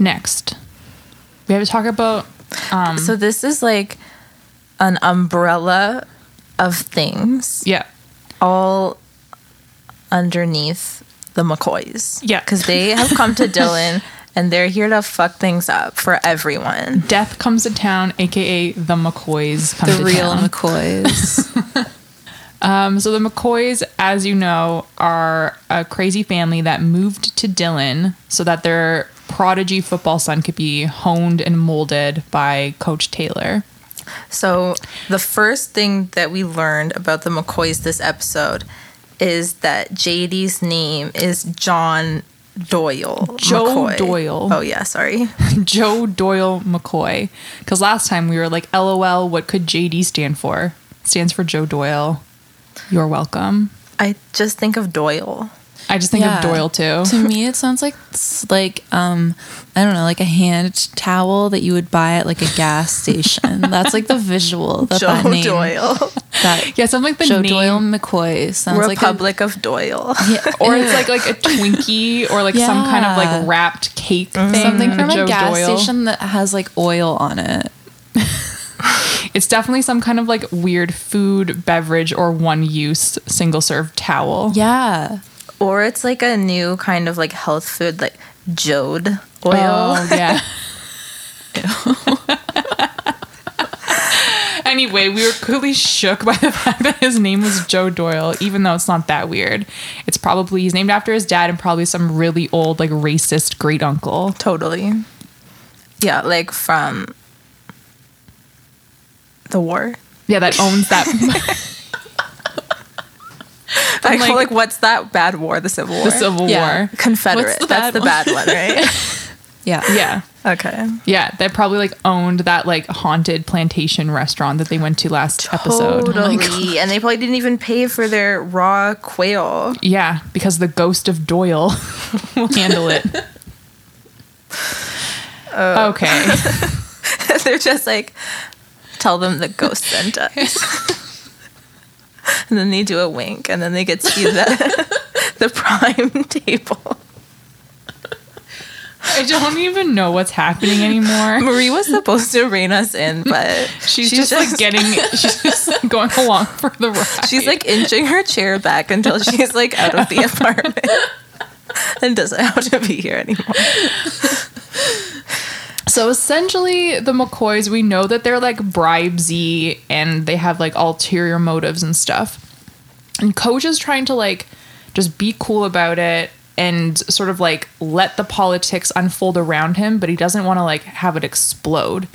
Next. We have to talk about Um,
So this is like an umbrella of things
yeah.
all underneath the McCoys.
Yeah.
Because they have come to Dylan and they're here to fuck things up for everyone.
Death comes to town, aka the McCoys come
the
to
real
town.
McCoys.
Um, so the McCoys, as you know, are a crazy family that moved to Dillon so that their prodigy football son could be honed and molded by Coach Taylor.
So the first thing that we learned about the McCoys this episode is that JD's name is John Doyle.
Joe Doyle.
Oh yeah, sorry.
Joe Doyle McCoy. Because last time we were like, LOL, what could JD stand for? Stands for Joe Doyle. You're welcome.
I just think of Doyle.
I just think
Yeah.
of Doyle too.
to me, it sounds like it's like um, I don't know, like a hand towel that you would buy at like a gas station. That's like the visual that
Joe
that name.
Doyle.
That
Yeah, something like the
Joe
name.
Doyle McCoy sounds
Republic of Doyle.
like a,
Or it's like like a Twinkie or like some kind of
Yeah.
like wrapped cake thing.
something from
Joe
a gas
Doyle.
station that has like oil on it.
It's definitely some kind of like weird food, beverage, or one use single serve towel.
Yeah,
Or it's like a new kind of like health food, like Jode oil.
Oh, yeah. anyway, we were clearly shook by the fact that his name was Joe Doyle, even though it's not that weird. It's probably, he's named after his dad and probably some really old, like racist great uncle.
Totally. Yeah, like from the war.
Yeah, that owns that.
I
like-
feel like what's that bad war? The Civil War.
The Civil
Yeah.
War.
Confederate.
What's the
That's
bad
the
one?
bad one, right?
yeah,
Yeah.
okay.
Yeah. That probably like owned that like haunted plantation restaurant that they went to last episode.
Totally. Oh, and they probably didn't even pay for their raw quail.
Yeah, because the ghost of Doyle will handle it. okay.
They're just like, tell them the ghost sent us. and then they do a wink, and then they get to see the, the prime table.
I don't even know what's happening anymore.
Marie was supposed to rein us in, but
She's, just, like getting, she's just going along for the ride.
She's like inching her chair back until she's like out of the apartment and doesn't have to be here anymore.
So essentially, the McCoys, we know that they're like bribesy and they have like ulterior motives and stuff. And Coach is trying to like just be cool about it and sort of like let the politics unfold around him, but he doesn't want to like have it explode.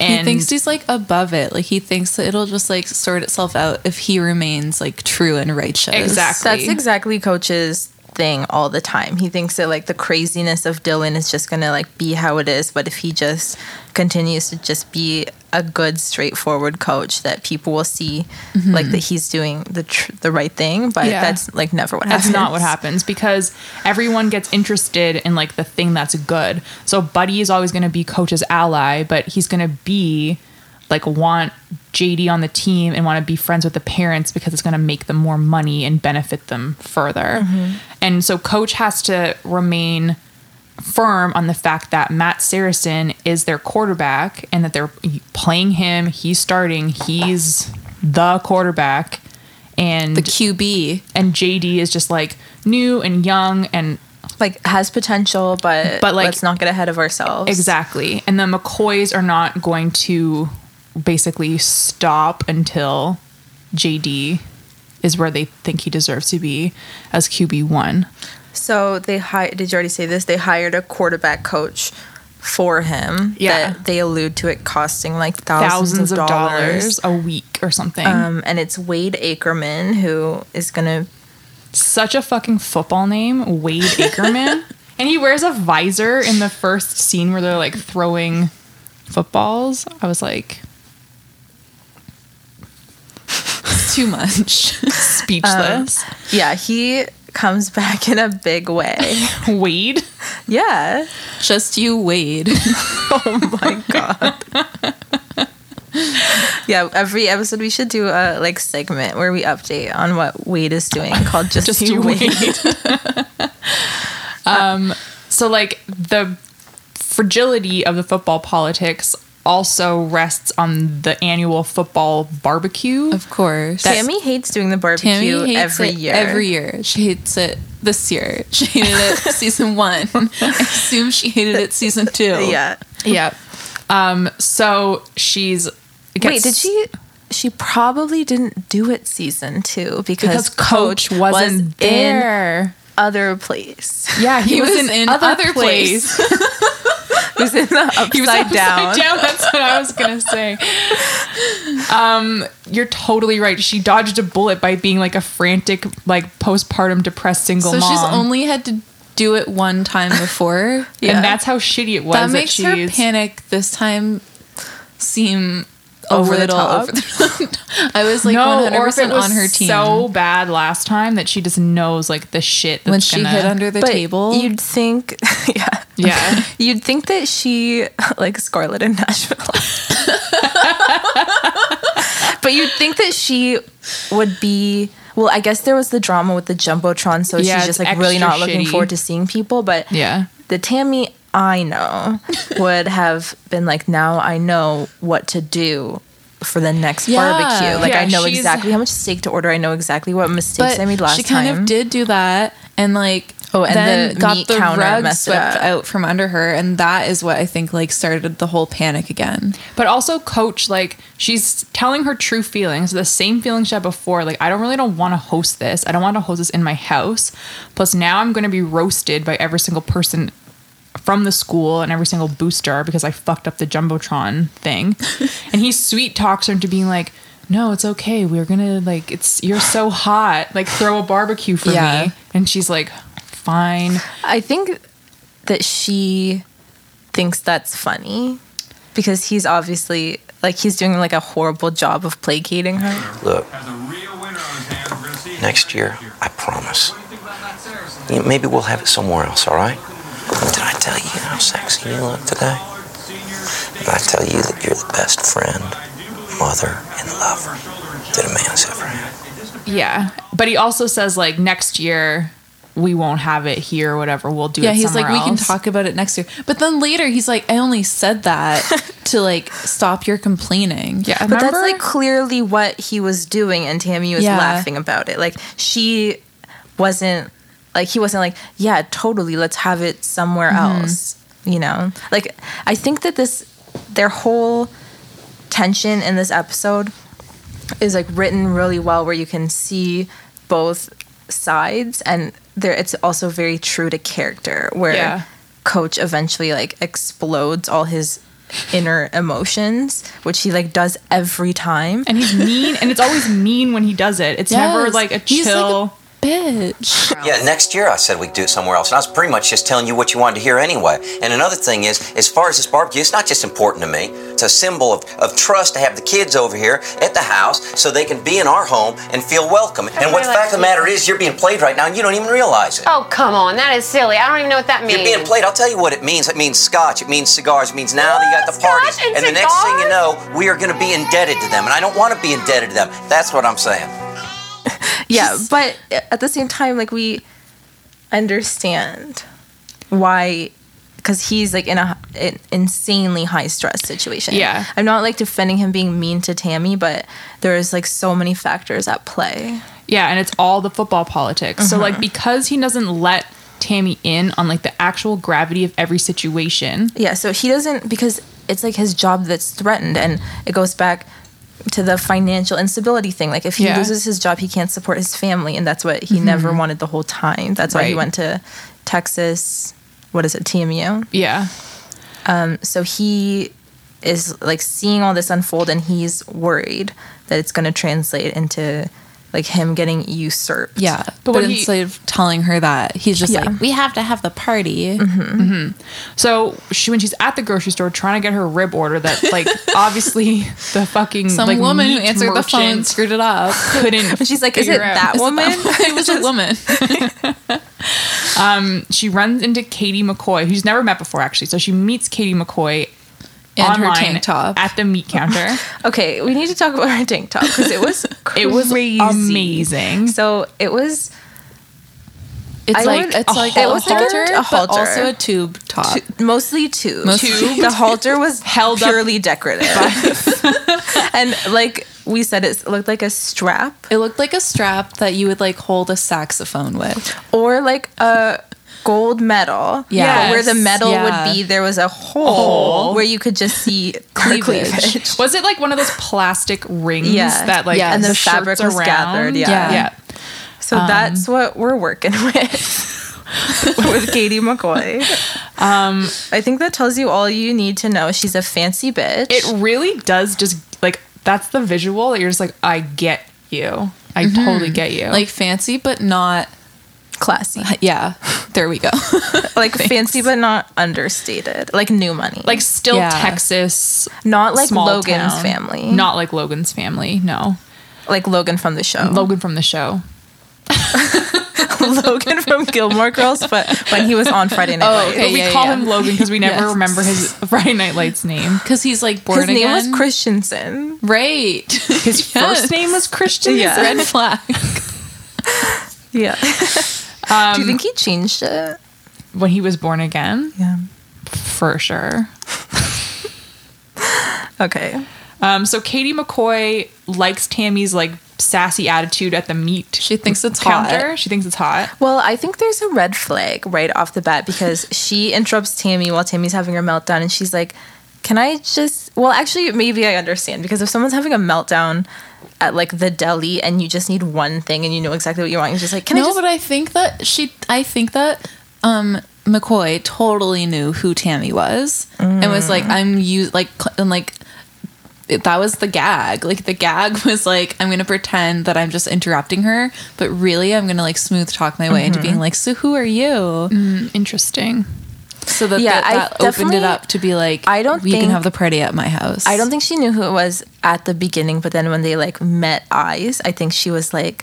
And
he thinks he's like above it. Like he thinks that it'll just like sort itself out if he remains like true and righteous.
Exact-
That's exactly Coach's thing all the time. He thinks that like the craziness of Dylan is just gonna like be how it is, but if he just continues to just be a good, straightforward coach, that people will see like that he's doing the tr- the right thing. But
Mm-hmm. Yeah.
that's like never what
That's
happens.
not what happens because everyone gets interested in like the thing that's good. So Buddy is always going to be coach's ally, but he's going to be like want JD on the team and want to be friends with the parents because it's going to make them more money and benefit them further. And so coach has to remain firm on the fact that Matt Saracen is their quarterback and that they're playing him, he's starting, he's the quarterback. And
the QB.
and JD is just like new and young and
Like has potential, but
But,
but
like-
like let's not get ahead of ourselves.
exactly. And the McCoys are not going to basically stop until JD is where they think he deserves to be as QB one.
So they hired. Did you already say this? They hired a quarterback coach for him.
Yeah.
That they allude to it costing like
Thousands of dollars a week or something.
Um, and it's Wade Ackerman who is gonna.
Such a fucking football name, Wade Ackerman. and he wears a visor in the first scene where they're like throwing footballs. I was like
Too much.
speechless.
Yeah, he comes back in a big way.
Wade.
yeah.
just you Wade.
Oh my god. Yeah, every episode we should do a like segment where we update on what Wade is doing called Just,
Just
You
you
Wade.
so like the fragility of the football politics also rests on the annual football barbecue.
of course.
Tammy hates doing the barbecue
Tammy hates
every
it
year.
Every year. She hates it this year. She hated it season one. I assume she hated it season two.
Yeah.
Yep. Um so she's
Wait, did she? She probably didn't do it season two
because
because,
coach wasn't
was in
there.
other place.
yeah, he, was, in, other,
other
place.
place.
He was in the upside,
He was
down.
upside down. That's what I was gonna say. Um, you're totally right. She dodged a bullet by being like a frantic, like postpartum depressed single
So
mom.
she's only had to do it one time before.
Yeah.
and that's how shitty it was.
that makes her
she's-
panic this time seem a
Over the
little
top.
over the top. I was like
no,
100%
or if it was
on her team.
so bad last time that she just knows like the shit that's
when she
gonna,
hid under the
But
table,
You'd think, yeah,
Yeah,
you'd think that she like Scarlett in Nashville. but you'd think that she would be. Well, I guess there was the drama with the jumbotron, so
Yeah,
she's
it's
just like really
extra
not looking
shitty.
forward to seeing people. But
yeah.
the Tammy I know would have been like, now I know what to do for the next
Yeah.
barbecue. Like
Yeah,
I know
she's-
exactly how much steak to order. I know exactly what mistakes
but
I made last
she kind
time.
of did do that, and like
Oh, and
then
the
got
meat
the
counter
rug
messed it
swept
up.
out from under her, and that is what I think like started the whole panic again.
But also, coach, like she's telling her true feelings, the same feelings she had before. Like I don't really don't want to host this. I don't want to host this in my house. Plus, now I'm going to be roasted by every single person from the school and every single booster because I fucked up the jumbotron thing. and he sweet talks her into being like. No, it's okay. We're gonna like it's you're so hot. Like throw a barbecue for
Yeah.
me. And she's like, fine.
I think that she thinks that's funny because he's obviously like he's doing like a horrible job of placating her.
Look,
Has a real winner on his hands. We're gonna see
next year, I promise.
What do you think about Matt Saracen?
Yeah, Maybe we'll have it somewhere else, all right? Did I tell you how sexy you look today? Did I tell you that you're the best friend, mother, and lover that a man's ever had?
Yeah, but he also says like next year we won't have it here or whatever. We'll do
Yeah,
it.
he's like,
somewhere
we can
else."
talk about it next year. But then later, he's like, I only said that to like stop your complaining.
Yeah,
But
remember?
that's like clearly what he was doing and Tammy was
Yeah.
laughing about it. Like she
Mm-hmm.
wasn't like he wasn't like, yeah, totally, let's have it somewhere else. you know like i think that this their whole tension in this episode is like written really well where you can see both sides and there it's also very true to character where
Yeah.
coach eventually like explodes all his inner emotions which he like does every time
and he's mean, and it's always mean when he does it. It's never
Yes.
like a
He's like a-
chill.
Bitch.
Yeah, next year I said we'd do it somewhere else, and I was pretty much just telling you what you wanted to hear anyway. And another thing is, as far as this barbecue, it's not just important to me. It's a symbol of, of trust to have the kids over here at the house so they can be in our home and feel welcome. And what the fact of the matter is, you're being played right now, and you don't even realize it.
Oh, come on. That is silly. I don't even know what that means.
You're being played. I'll tell you what it means. It means scotch. It means cigars. It means now they got the
Scotch
parties.
and
the next thing you
cigars?
know, we are going to be indebted to them. And I don't want to be indebted to them. That's what I'm saying.
yeah but at the same time like we understand why because he's like in a an insanely high stress situation
Yeah.
i'm not like defending him being mean to tammy but there is like so many factors at play
Yeah, and it's all the football politics. So
Uh-huh.
like because he doesn't let Tammy in on like the actual gravity of every situation.
yeah so he doesn't because it's like his job that's threatened and it goes back to the financial instability thing like if he
Yeah. Mm-hmm.
loses his job he can't support his family and that's what he never wanted the whole time that's why he
Right.
went to texas what is it tmu
Yeah.
so he is like seeing all this unfold and he's worried that it's going to translate into like him getting usurped
Yeah. But,
when he-
instead of telling her that, he's just
Yeah.
like, we have to have the party.
So she when she's at the grocery store trying to get her rib order that like obviously the fucking
Some
like,
woman who
meat
answered the phone
merchant
screwed it up.
couldn't
she's like is
figure
it that
out-
woman
it was a woman.
she runs into Katie McCoy, who's never met before actually. So she meets Katie McCoy
And her
online
tank top.
at the meat counter.
okay we need to talk about her tank top because it was
it was
crazy.
amazing.
so it was
It's
I
like
would-
it's
a
like
halter?
a halter,
A halter.
but also a tube top.
mostly two
Mostly Tube.
the halter was
Held up
purely decorative and like we said it looked like a strap
It looked like a strap that you would like hold a saxophone with.
or like a gold medal.
Yeah.
But where the
Yes.
medal
Yeah.
would be, there was a hole, where you could just see cleavage.
Cleavage.
Was it like one of those plastic rings
Yeah.
that like
Yeah, and
the
shirts
fabric was
around?
gathered, yeah.
yeah.
Yeah.
So that's what we're working with. with Katie McCoy. Um, I think that tells you all you need to know. She's a fancy bitch.
It really does just like that's the visual that you're just like I get you. I totally get you.
Mm-hmm. Like fancy but not
classy.
yeah. There we go.
Like fancy but not understated. Like new money.
like still
Yeah.
Texas,
not like
small
Logan's
town.
family.
Not like Logan's family. No,
like Logan from the show.
Logan from the show.
Logan from Gilmore Girls, but when he was on Friday Night Lights.
but we
yeah,
call
yeah.
him Logan because we never
Yes.
remember his Friday Night Lights name.
Because he's like born
His
again.
name was Christensen.
Right.
His first name was Christian.
Yeah.
Red flag.
Yeah. Do you think he changed it?
When he was born again,
Yeah.
for sure.
Okay.
Um, so Katie McCoy likes Tammy's like sassy attitude at the meat.
She thinks it's hot.
counter. She thinks it's hot.
Well, I think there's a red flag right off the bat because she interrupts Tammy while Tammy's having her meltdown and she's like, Can I just. Well, actually, maybe I understand because if someone's having a meltdown at like the deli and you just need one thing and you know exactly what you want, you're just like, Can I
No,
just.
but I think that she I think that um McCoy totally knew who Tammy was and was
Mm.
like, I'm you like cl- and like it- that was the gag. Like the gag was like, I'm gonna pretend that I'm just interrupting her, but really I'm gonna like smooth talk my way into
Mm-hmm.
being like, so who are you?
Interesting.
So that
Yeah, I
that, that opened it
definitely-
up to be like,
I don't
you can
think-
have the party at my house.
I don't think she knew who it was at the beginning, but then when they like met eyes, I think she was like,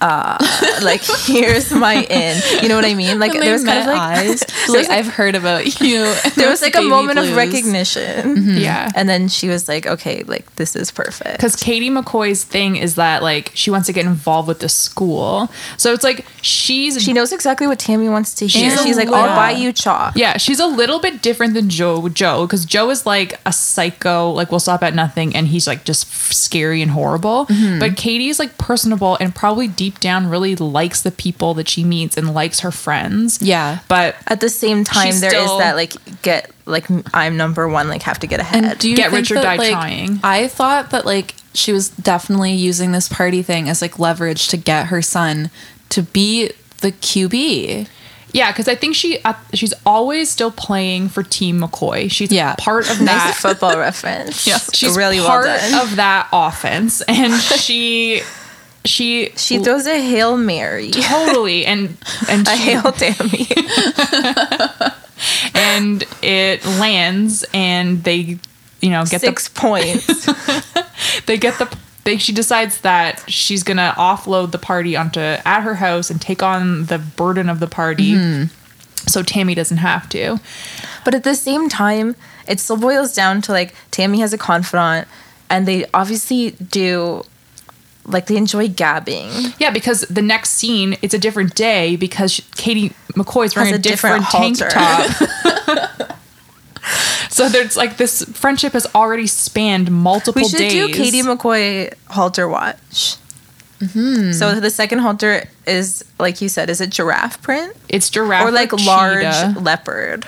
uh, like here's my in. You know what I mean? Like
When
there
they
was kind of
met
like
eyes. She's like, I've heard about you. And
there was like a
baby
moment of
blues. Mm-hmm.
recognition,
Yeah.
and then she was like, okay, like this is perfect.
because Katie McCoy's thing is that like she wants to get involved with the school, so it's like she's
She knows exactly what Tammy wants to hear.
She's a
She's like, I'll
little-
buy you chalk.
yeah she's a little bit different than Joe Joe because Joe is like a psycho, like will
Mm-hmm.
stop at nothing, and he's like just f- scary and horrible. But Katie's like personable and probably deep down really likes the people that she meets and likes her friends.
Yeah.
But
At the same time,
She's
there is
still-
that like get like I'm number one, like have to get ahead.
And Uh, do you
Get
think
rich or
that,
die
like,
trying.
I thought that like she was definitely using this party thing as like leverage to get her son to be the QB.
yeah, because I think she uh, she's always still playing for Team McCoy. She's
Yeah.
part of
Nice
that.
football reference.
she's
really well
part
done.
of that offense, and she she
she throws a hail mary,
totally and and
a
she-
hail dammy.
and it lands and they you know get
six points.
the they get the they, she decides that she's gonna offload the party onto at her house and take on the burden of the party
Mm-hmm.
so tammy doesn't have to
But at the same time, it still boils down to like Tammy has a confidant, and they obviously do, like they enjoy gabbing.
yeah because the next scene it's a different day because she, katie mccoy's wearing a,
a different
different, tank
halter.
top so there's like this friendship has already spanned multiple
We should
days
do Katie McCoy halter watch.
Mm-hmm.
So the second halter is like you said, is it giraffe print
it's giraffe
or like large
large
leopard?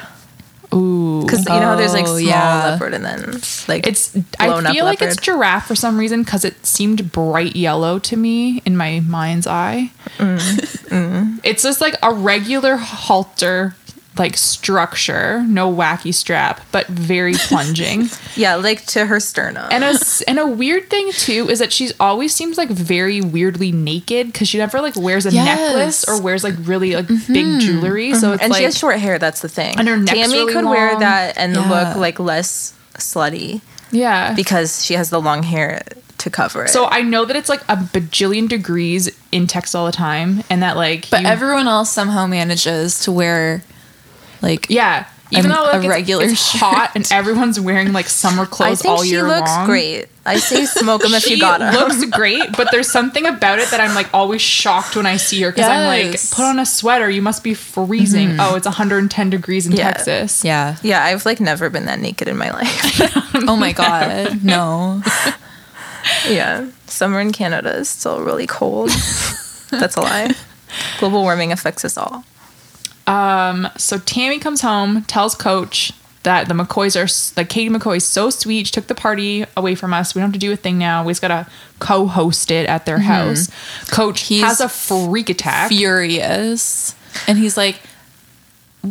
ooh
Because you know how there's like
Oh,
small
yeah.
leopard and then like
It's
blown
I
up
feel like it's
leopard.
giraffe for some reason because it seemed bright yellow to me in my mind's eye.
Mm.
It's just like a regular halter like structure, no wacky strap, but very plunging.
yeah, like to her sternum.
and a s- and a weird thing too is that she's always seems like very weirdly naked because she never like wears a necklace
Yes.
or wears like really like big jewelry. So it's
Mm-hmm. and
like
she has short hair. That's the thing.
And her neck's
Tammy
really
could wear
long.
that and
Yeah.
look like less slutty
yeah.
because she has the long hair to cover it.
so I know that it's like a bajillion degrees in text all the time, and that like
But
you-
everyone else somehow manages to wear like
Yeah. Even
An-
though
a
like,
regular
it's, it's hot and everyone's wearing like summer
I
clothes
think
all
she
year
looks
long.
great. I say smoke 'em if
She
you got 'em.
looks great, but there's something about it that I'm like always shocked when I see her because I'm like,
Yes.
put on a sweater. You must be freezing. Oh, it's 110 degrees in
Mm-hmm. Yeah.
Texas.
yeah.
yeah, I've like never been that naked in my life.
Oh my god. No.
yeah, summer in Canada is still really cold. That's a lie. Global warming affects us all.
So Tammy comes home, tells Coach that the McCoys are s- like Katie McCoy is so sweet. She took the party away from us. We don't have to do a thing now. We just gotta co-host it at their house. Coach
Mm-hmm. He's
has a freak attack.
Furious. And he's like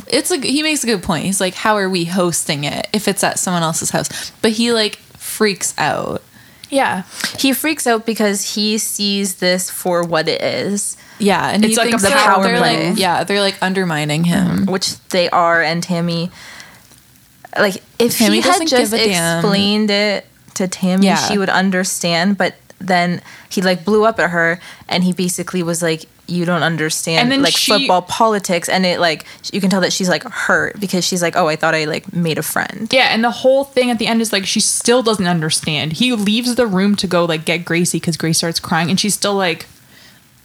it's a he makes a good point. He's like how are we hosting it if it's at someone else's house? But he like freaks out.
yeah,
He freaks out because he sees this for what it is,
Yeah, and
It's
he
like a
thinks that
power
they're
play.
like yeah, they're like undermining him.
which they are, and Tammy. Like if
Tammy
he had
doesn't
just
give a damn.
explained it to Tammy,
Yeah.
she would understand. But then he like blew up at her, and he basically was like, "You don't understand
And then
like
she-
football politics." And it like you can tell that she's like hurt because she's like, "Oh, I thought I like made a friend."
Yeah, and the whole thing at the end is like she still doesn't understand. He leaves the room to go like get Gracie because Grace starts crying, and she's still like,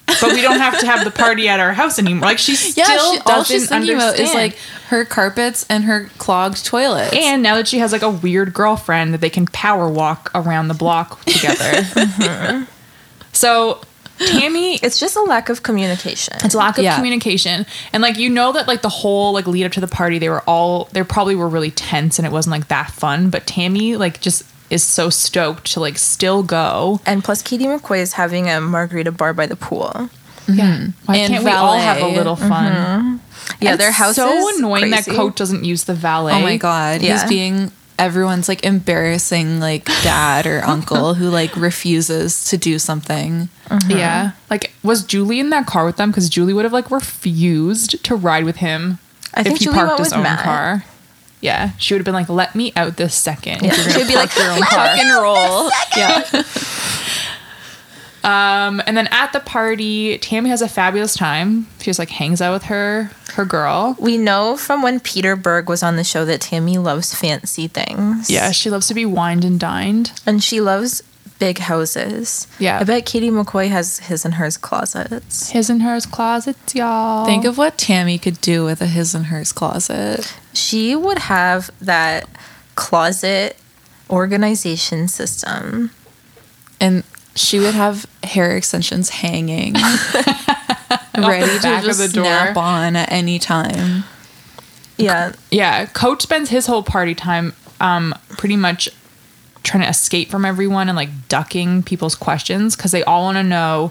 "But we don't have to have the party at our house anymore." Like she still
Yeah, she,
doesn't
all she's thinking
understand.
about is like her carpets and her clogged toilets.
and now that she has like a weird girlfriend that they can power walk around the block together. So Tammy
It's just a lack of communication.
It's lack of
Yeah.
communication. And like you know that like the whole like lead up to the party, they were all they probably were really tense and it wasn't like that fun. But Tammy like just is so stoked to like still go.
And plus, Katie McCoy is having a margarita bar by the pool.
Yeah. Mm-hmm. Why
And
can't we all
valet.
have a little fun?
Yeah,
And
their house
so
is
annoying that
crazy.
Coach doesn't use the valet.
Oh my god,
Yeah.
he's being everyone's like embarrassing like dad or uncle who like refuses to do something.
Yeah. Like was Julie in that car with them? Because Julie would have like refused to ride with him
I
if
think
he
Julie
parked
went
his
with
own
Matt.
car. Yeah. She would have been like, let me out this second. if you're gonna
She would be like,
Rock and roll. Yeah.
Um, And then at the party, Tammy has a fabulous time. She just like hangs out with her her girl.
We know from when Peter Berg was on the show that Tammy loves fancy things.
Yeah, she loves to be wined and dined.
And she loves big houses.
Yeah.
I bet Katie McCoy has his and hers closets.
His and hers closets, y'all.
Think of what Tammy could do with a his and hers closet.
She would have that closet organization system.
And she would have hair extensions hanging, ready to
back of
just
the door.
snap on at any time.
Yeah.
Yeah, Coach spends his whole party time um pretty much trying to escape from everyone and like ducking people's questions cuz they all want to know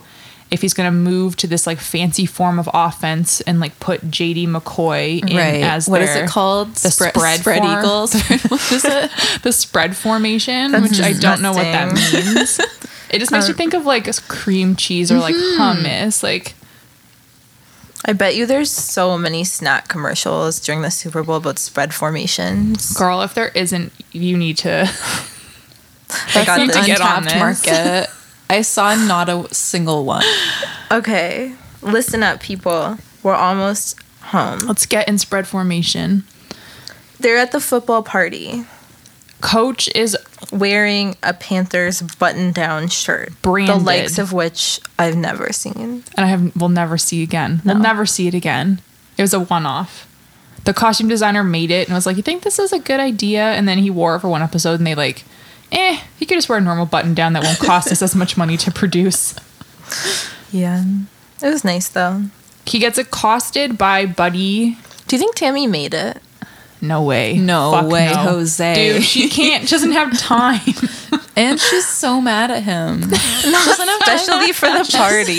if he's going to move to this like fancy form of offense and like put JD McCoy in as
what
their,
is it called?
The
Spre-
spread,
spread
form-
eagles. what is it?
the spread formation, which I don't know what that means. it just
Uh,
makes you think of like cream cheese or like
Mm-hmm.
hummus, like
I bet you there's so many snack commercials during the Super Bowl about spread formations.
girl if there isn't you need to
I got
need to
this.
get on this.
Market. I saw not a single one.
Okay. Listen up, people. We're almost home.
Let's get in spread formation.
They're at the football party
Coach is
wearing a Panthers button down shirt. The
Branded.
likes of which I've never seen.
and I have will never see again. We'll never see it again. It was a one off. The costume designer made it and was like, "You think this is a good idea?" And then he wore it for one episode, and they like, "Eh, he could just wear a normal button down that won't cost us as much money to produce."
Yeah. It was nice though.
He gets accosted by Buddy.
Do you think Tammy made it?
No way.
No
Fuck
way, Jose.
Dude, she can't. Doesn't have time.
And she's so mad at him.
Especially for the party.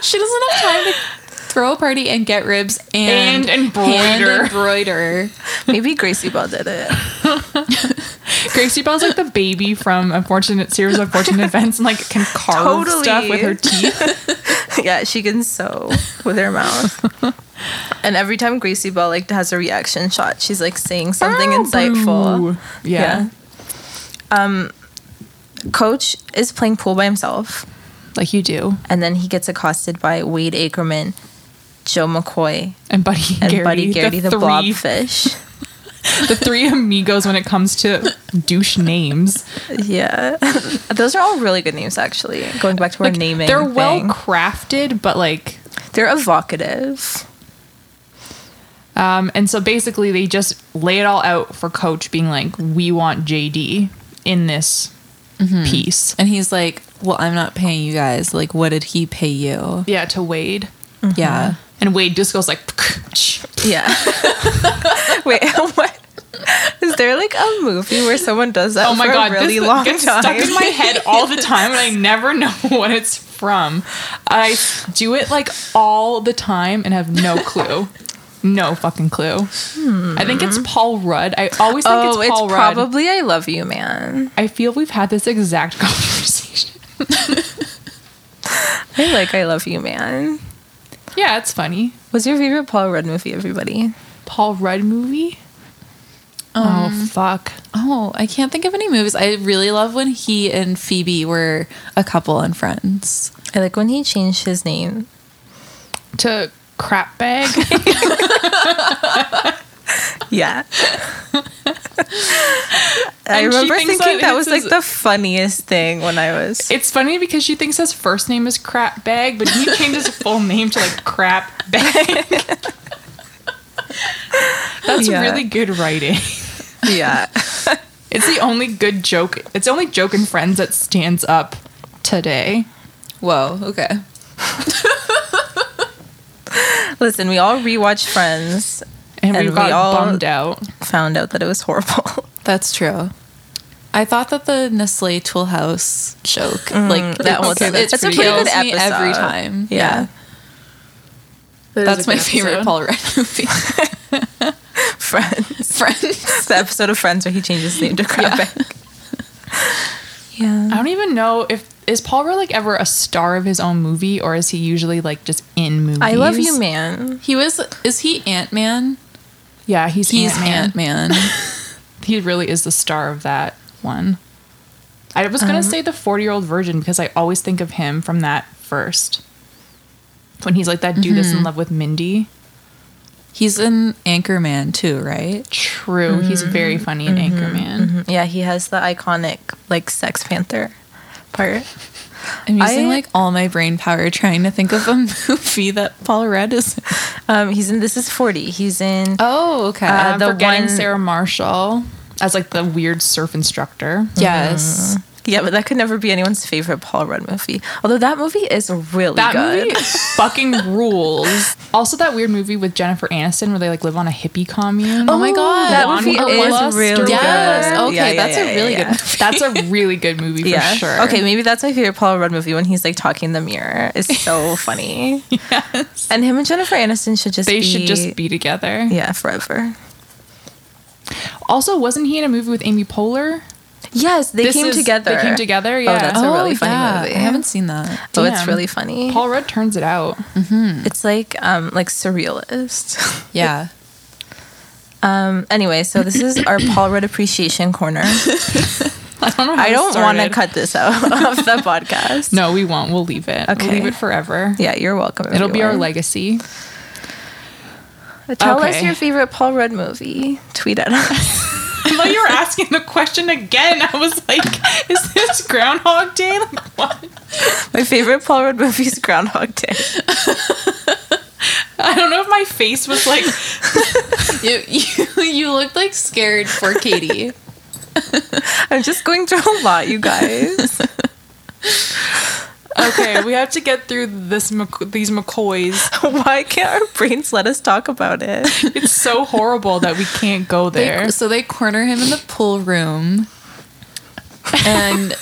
she doesn't have time to throw a party and get ribs and,
And embroider.
and embroider.
Maybe Gracie Bell did it.
Gracie Bell's like the baby from unfortunate series of unfortunate events and like can carve
Totally.
stuff with her teeth.
yeah, she can sew with her mouth. and every time Gracie Bell like has a reaction shot, she's like saying something insightful.
Oh,
Um,
yeah.
Coach is playing pool by himself,
Like you do.
and then he gets accosted by Wade Ackerman, Joe McCoy,
and Buddy
and
Garrity,
Buddy Garrity the,
the, three,
blobfish.
the three amigos when it comes to douche names.
yeah, those are all really good names actually. Going back to our
Like,
naming,
they're well
thing.
crafted, but like,
they're evocative.
um, and so basically they just lay it all out for Coach, being like, "We want JD in this
Mm-hmm.
piece."
And he's like, Well, I'm not paying you guys. Like, what did he pay you?
Yeah, to Wade,
Yeah.
and Wade just goes like,
Yeah. Wait, what? Is there like a movie where someone does that
"Oh my
for
god,
a really
this
long
gets
time?
stuck in my head all the time, and I never know what it's from." I do it like all the time and have no clue. No fucking clue. I think it's Paul Rudd. I always think
Hmm. Oh,
it's
it's,
Paul Rudd.
probably I Love You Man.
I feel we've had this exact conversation.
I like I Love You Man.
yeah, it's funny.
What's your favorite Paul Rudd movie, everybody?
Paul Rudd movie.
Um,
oh fuck!
Oh, I can't think of any movies. I really love when he and Phoebe were a couple and friends.
I like when he changed his name
To crap bag.
Yeah. I
And she
remember
thinks
thinking
that
that, was
his
like
is-
the funniest thing when I was.
it's funny because she thinks his first name is crap bag, but he changed his full name to like crap bag. That's
Yeah.
really good writing.
yeah.
It's the only good joke. It's the only joke in Friends that stands up today.
Whoa, okay.
Listen, we all rewatched Friends,
And,
And
we got
we all-
bummed out.
found out that it was horrible.
That's true. I thought that the Nestle Tool House joke, like
Mm, that was-
okay,
that's
it
pretty good
kills me
episode.
every time.
Yeah.
that's my favorite Paul Rudd movie.
Friends.
Friends.
the episode of Friends where he changes his name to Crabback. Uh.
I don't even know if is Paul Rudd like ever a star of his own movie, or is he usually like just in movies?
I love you, man.
He was. Is he Ant Man?
Yeah, he's
He's
Ant-Man.
Ant Man.
He really is the star of that one. I was
Um,
gonna say the forty year old virgin because I always think of him from that first. When he's like that dude that's
Mm-hmm.
in love with Mindy.
He's in Anchorman too, right?
True, he's
Mm-hmm.
very funny in Anchorman.
Yeah, he has the iconic like Sex Panther part.
I'm using
I-
like all my brain power trying to think of a movie that Paul Rudd is. in.
Um, he's in This Is Forty. He's in
Oh, okay.
I'm
Uh, the
Uh, forgetting
one-
Sarah Marshall as like the weird surf instructor.
yes.
Yeah, but that could never be anyone's favorite Paul Rudd movie. Although that movie is really
That
good.
movie fucking rules. Also, that weird movie with Jennifer Aniston where they like live on a hippie commune.
Oh my god,
that
Blonde
movie
with
is
Luster.
really
Yes.
good.
Okay,
Yeah, yeah,
that's
yeah,
a really
yeah.
good movie.
That's a really good movie for sure.
Okay, maybe that's my favorite Paul Rudd movie when he's like talking in the mirror. It's so funny.
Yes.
And him and Jennifer Aniston should just
They
be,
should just be together.
yeah forever.
Also, wasn't he in a movie with Amy Poehler?
Yes, they
This
came
is-
together.
They came together. Oh, Yeah.
that's a really funny movie.
I haven't seen that.
Oh,
Damn.
it's really funny.
Paul Rudd turns it out.
It's like um like surrealist.
Yeah.
um anyway, so this is our Paul Rudd appreciation corner.
I don't know. How
I
it
don't want to
started.
cut this out of the podcast.
No, we won't. We'll leave it.
Okay.
We'll leave it forever.
Yeah, you're welcome.
It'll be our
everyone.
legacy.
Tell us
Okay.
your favorite Paul Rudd movie. Tweet at us.
I thought you were asking the question again. I was like, is this Groundhog Day? Like, what?
My favorite Paul Rudd movie is Groundhog Day.
I don't know if my face was like,
you, you you looked like scared for Katie.
I'm just going through a lot, you guys.
okay, we have to get through this Mc- these McCoys.
Why can't our brains let us talk about it?
It's so horrible that we can't go there.
They, so they corner him in the pool room, and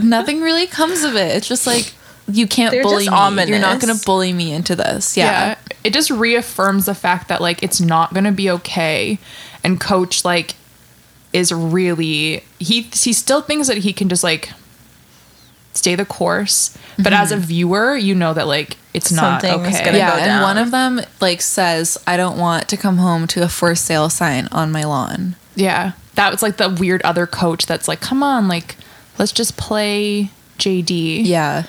nothing really comes of it. It's just like you can't
They're
bully
just
me. You're not
ominous.
going to bully me into this.
yeah.
Yeah.
it just reaffirms the fact that like it's not going to be okay and coach like is really he he still thinks that he can just like stay the course but as a viewer you know that like it's not
Something's
okay
Mm-hmm. gonna
Yeah,
go
and
down.
one of them like says, "I don't want to come home to a for sale sign on my lawn."
yeah that was like the weird other coach that's like come on like let's just play JD
Yeah,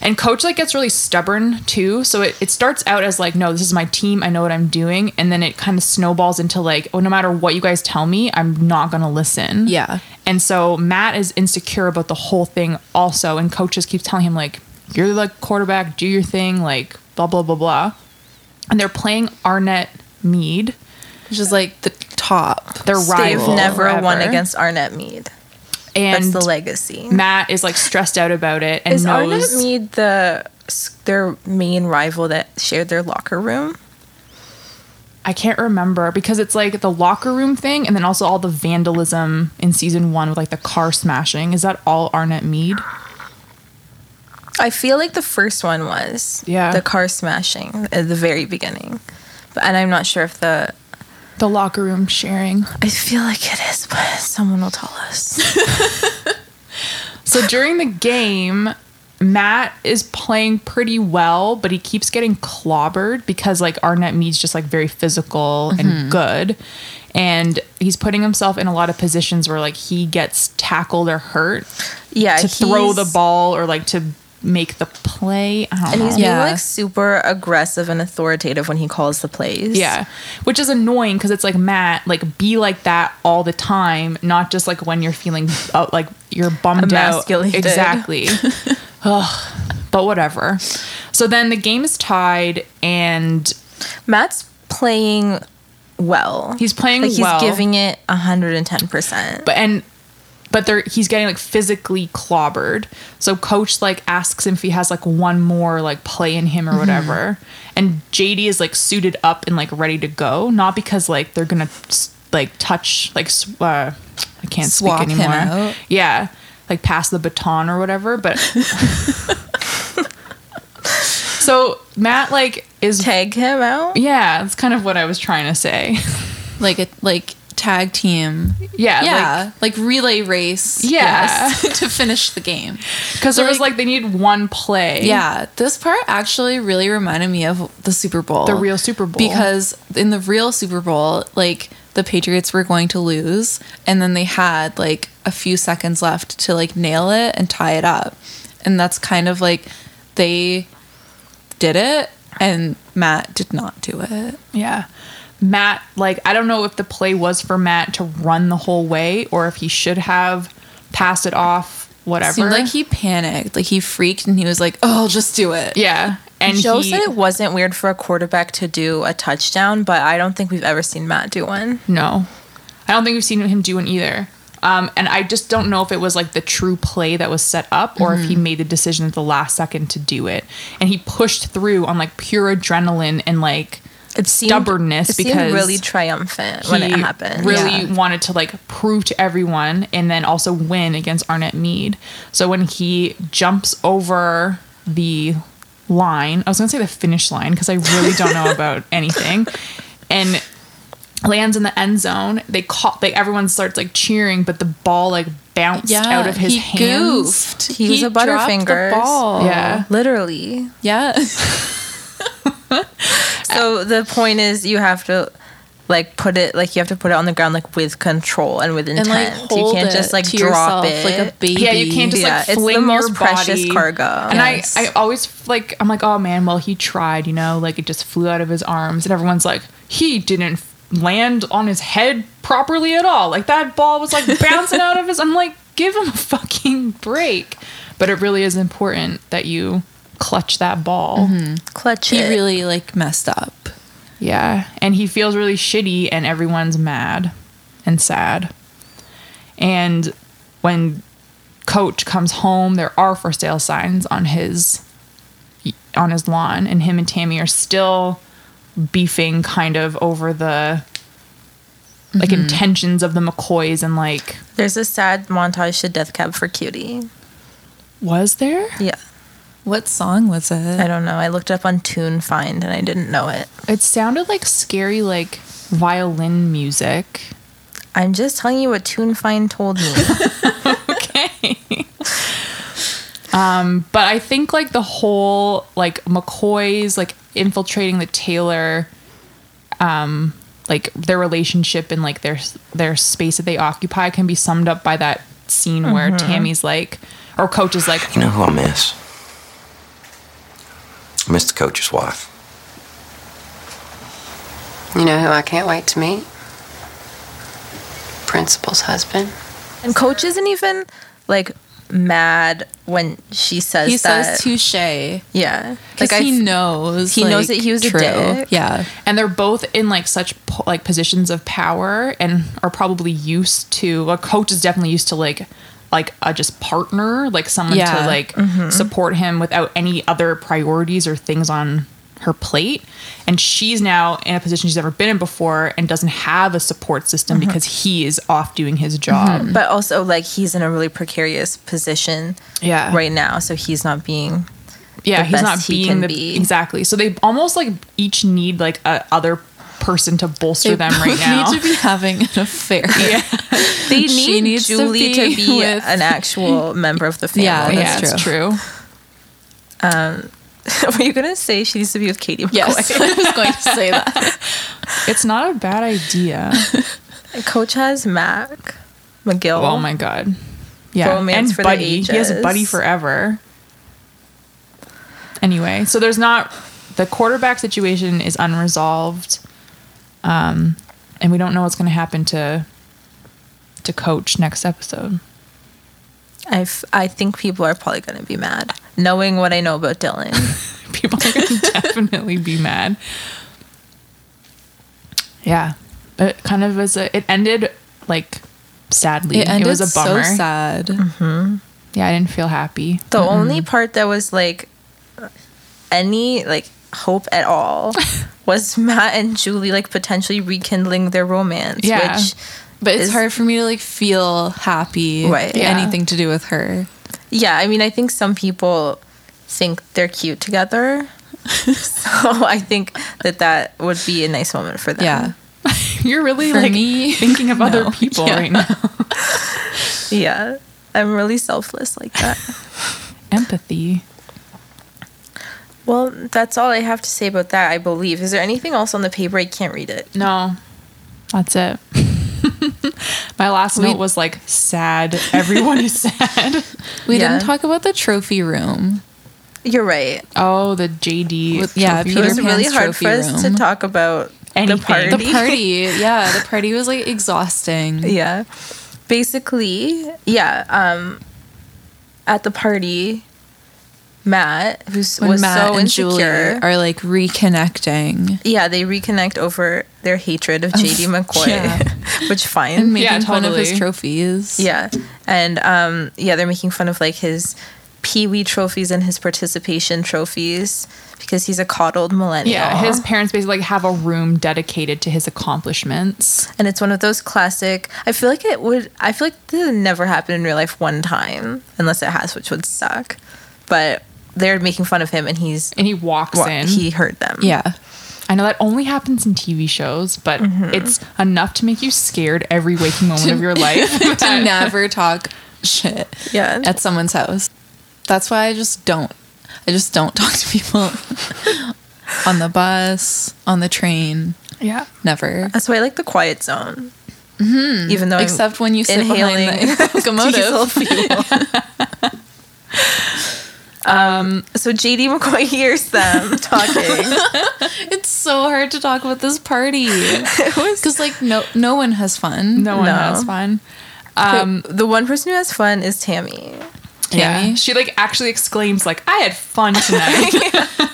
And coach like gets really stubborn too. So it, it starts out as like, no, this is my team. I know what I'm doing. And then it kind of snowballs into like, oh, no matter what you guys tell me, I'm not going to listen.
Yeah.
And so Matt is insecure about the whole thing also. And coach just keeps telling him like, you're the quarterback, do your thing, like blah, blah, blah, blah. And they're playing Arnett Mead.
which is like the top.
Their
They've
rival.
never won
forever.
against Arnett Mead.
And
That's the legacy.
Matt is like stressed out about it and
Is Arnett
knows.
Mead the their main rival that shared their locker room?
I can't remember because it's like the locker room thing and then also all the vandalism in season one with like the car smashing. Is that all Arnett Mead?
I feel like the first one was
Yeah.
the car smashing at the very beginning, but, and I'm not sure if the
The locker room sharing.
I feel like it is, but someone will tell us.
So during the game, Matt is playing pretty well, but he keeps getting clobbered because like Arnett Mead's just like very physical and good. And he's putting himself in a lot of positions where like he gets tackled or hurt
yeah,
to throw the
he's-
ball or like to make the play. I don't
And
know.
he's being
Yeah.
like super aggressive and authoritative when he calls the plays.
Yeah, which is annoying because it's like Matt, like be like that all the time, not just like when you're feeling uh, like you're bummed out.
Emasculated.
Exactly. Ugh, but whatever. So then the game is tied, and
Matt's playing well.
He's playing
like, he's
well.
giving it 110%.
but and but they're he's getting like physically clobbered. So coach like asks him if he has like one more like play in
Mm-hmm.
him or whatever. And JD is like suited up and like ready to go, not because like they're gonna s- like touch like s- uh, I can't
Swap
speak
him
anymore.
out.
Yeah, like pass the baton or whatever. But so Matt like is
Tag him out.
yeah, that's kind of what I was trying to say.
Like a like tag team.
Yeah, like,
Yeah, like, relay race.
Yeah.
yes, to finish the game.
because there was like they need one play.
Yeah, this part actually really reminded me of the Super Bowl.
The real Super Bowl.
Because in the real Super Bowl, like the Patriots were going to lose and then they had like a few seconds left to like nail it and tie it up. And that's kind of like they did it and Matt did not do it.
Yeah. Matt, like, I don't know if the play was for Matt to run the whole way or if he should have passed it off, whatever.
Seemed like he panicked, like he freaked and he was like, "Oh, I'll just do it."
yeah. And
Joe
he,
said it wasn't weird for a quarterback to do a touchdown, but I don't think we've ever seen Matt do one.
no. I don't think we've seen him do one either. Um, and I just don't know if it was like the true play that was set up or if he made the decision at the last second to do it. And he pushed through on like pure adrenaline and like
It seemed,
stubbornness
it seemed
because
really triumphant when it
he
happened.
Really
Yeah.
wanted to like prove to everyone and then also win against Arnett Mead. So when he jumps over the line, I was gonna say the finish line because I really don't know about anything, and lands in the end zone. They caught like everyone starts like cheering, but the ball like bounced out of his
he
hands.
goofed.
He was a
dropped the
Butterfingers.
ball.
Yeah.
literally.
Yeah.
So the point is, you have to like put it like you have to put it on the ground like with control and with
and
intent.
like
you
hold
can't
it
just like
to
drop
yourself
it
like a baby.
Yeah, you can't just
Yeah,
like
it's the
fling
most
your
precious
body.
cargo.
And
Yes.
I, I always like, I'm like, oh man, well he tried, you know, like it just flew out of his arms, and everyone's like, he didn't land on his head properly at all. Like that ball was like bouncing out of his. I'm like, give him a fucking break. But it really is important that you clutch that ball.
Mm-hmm. clutch
He
it.
really like messed up.
Yeah. And he feels really shitty, and everyone's mad and sad. And when Coach comes home, there are for sale signs on his on his lawn, and him and Tammy are still beefing kind of over the like intentions of the McCoys and like
There's a sad montage to Death Cab for Cutie.
was there?
Yeah,
What song was it?
I don't know. I looked up on Tune Find and I didn't know it.
It sounded like scary like violin music.
I'm just telling you what Tune Find told me.
okay. um, but I think like the whole like McCoy's like infiltrating the Taylor, um, like their relationship and like their their space that they occupy can be summed up by that scene where Tammy's like, or Coach is like,
You know who I miss? I miss the coach's wife.
You know who I can't wait to meet? Principal's husband.
and Coach isn't even like mad when she says
He
that.
says touche.
yeah,
Like
I
he
f-
knows.
he
like,
knows that he was a
true.
dick.
Yeah.
and they're both in like such po- like positions of power and are probably used to a coach is definitely used to like like a just partner like someone to
Yeah.
like support him without any other priorities or things on her plate and she's now in a position she's never been in before and doesn't have a support system because he is off doing his job
but also like he's in a really precarious position
yeah
right now, so he's not being
yeah
the
he's not
best he
being
can
the
be.
exactly so they almost like each need like a other person to bolster them right
both
now
need to be having an affair.
they
need
need
needs to
Julie to be,
be with-
an actual member of the family.
Yeah,
yeah
that's
it's true
Were you gonna say she needs to be with Katie?
Yes,
McCoy?
I was going to say that.
It's not a bad idea.
Coach has Mac McGill.
oh my god. Yeah.
Romance
and
for the
buddy. He has a
ages.
buddy forever. Anyway, so there's not the quarterback situation is unresolved. Um and we don't know what's going to happen to to coach next episode.
I f- I think people are probably gonna be mad, knowing what I know about Dylan.
People are going to definitely be mad. Yeah. It kind of was a, it ended like sadly. It,
It ended
was a bummer.
so sad.
Yeah, I didn't feel happy.
the only part that was like any like hope at all was Matt and Julie like potentially rekindling their romance.
Yeah.
Which
But it's
Is-
hard for me to like feel happy.
Right.
Yeah.
Anything to do with her.
yeah, I mean, I think some people think they're cute together. so I think that that would be a nice moment for them.
Yeah.
You're really
For
like
me,
thinking of other people
Yeah.
right now.
Yeah. I'm really selfless like that.
Empathy.
well, that's all I have to say about that, I believe. Is there anything else on the paper? I can't read it.
No, that's it. My last note was like sad. Everyone is sad.
We
Yeah.
didn't talk about the trophy room.
You're right.
Oh, the JD.
With- yeah,
trophy.
It was
Peter
really
Pan's
hard for
trophy
us to
room.
talk about
Anything.
the party.
The party. yeah, the party was like exhausting.
yeah. Basically, yeah, um at the party Matt, who was
when Matt
so
and
insecure.
Julie are like reconnecting
yeah, they reconnect over their hatred of JD McCoy,
yeah.
which fine.
and making
Yeah,
fun of his
totally.
trophies.
Yeah. And um yeah, they're making fun of like his pee wee trophies and his participation trophies because he's a coddled millennial.
Yeah, his parents basically like have a room dedicated to his accomplishments.
and it's one of those classic I feel like it would I feel like this would never happen in real life one time unless it has, which would suck. But they're making fun of him and he's
And he walks
well,
in.
he heard them.
yeah.
I know that only happens in TV shows, but it's enough to make you scared every waking moment of your life.
to
that-
never talk shit
Yeah.
at someone's house. That's why I just don't. I just don't talk to people on the bus, on the train,
yeah.
never.
That's why I like the quiet zone. Mm-hmm. Even though I'm
Except when you sit
inhaling
behind the
diesel
locomotive.
fuel. um, so JD McCoy hears them talking.
It's so hard to talk about this party because like no no one has fun.
No one
No.
that's fun.
the one person who has fun is Tammy.
Yeah.
Tammy.
She like actually exclaims, like, I had fun tonight.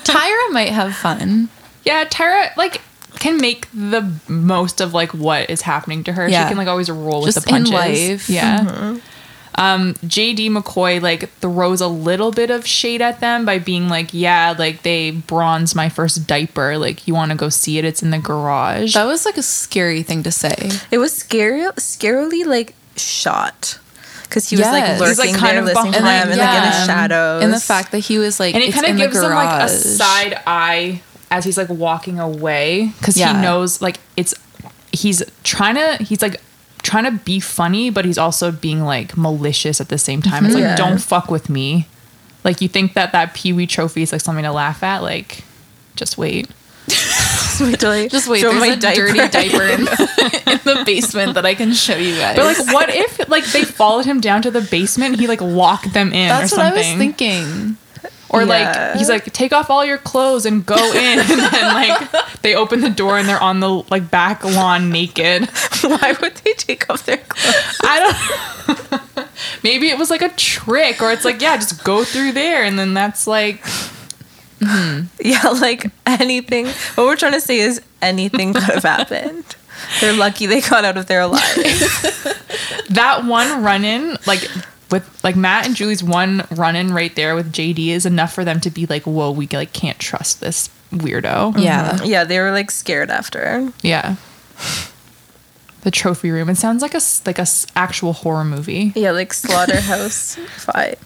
Tyra might have fun.
yeah, Tyra like can make the most of like what is happening to her.
Yeah.
She can like always roll with
Just
the punches.
in life. Mm-hmm.
Yeah. Um, JD McCoy like throws a little bit of shade at them by being like, "Yeah, like they bronze my first diaper. Like you want to go see it? It's in the garage."
That was like a scary thing to say.
It was scary, scarily like shot because he was
Yes.
like
He's,
lurking
like, kind
there,
of
listening to them,
behind
and like in
them.
the shadows.
And the fact that he was like,
and it
it's
kind
in
of
the
gives him like a
garage.
side eye as he's like walking away because
Yeah.
he knows like it's he's trying to he's like trying to be funny but he's also being like malicious at the same time it's like
Mhm.
Yeah.
don't fuck with me like you think that that pee-wee trophy is like something to laugh at like just wait
Just wait,
Throw
there's
my
a dirty
diaper.
diaper in, in the basement that I can show you guys.
but like what if like they followed him down to the basement and he like locked them in
that's
or
what I
something
was thinking.
or
Yeah.
like he's like take off all your clothes and go in and then like they open the door and they're on the like back lawn naked
why would they take off their clothes?
I don't. Maybe it was like a trick, or it's like, yeah, just go through there, and then that's like,
yeah, like anything. What we're trying to say is anything could have happened. They're lucky they got out of there alive.
that one run in, like with like Matt and Julie's one run in right there with JD is enough for them to be like, whoa, we like can't trust this weirdo.
Yeah,
yeah, they were like scared after.
Yeah. The trophy room. It sounds like a s- like a s- actual horror movie.
Yeah, like Slaughterhouse Five.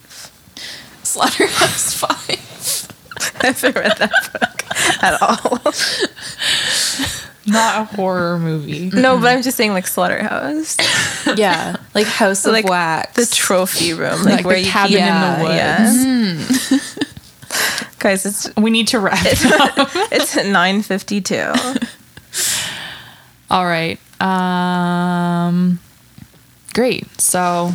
Slaughterhouse Five.
I've never read that book at all.
Not a horror movie.
No, but I'm just saying like Slaughterhouse,
Yeah, like House of
like
Wax.
the trophy room, like,
Like,
where
the
you
cabin
yeah, Mm.
in the woods.
Yes. Guys, it's
We need to wrap. it up.
it's nine fifty two.
All right. Um great. So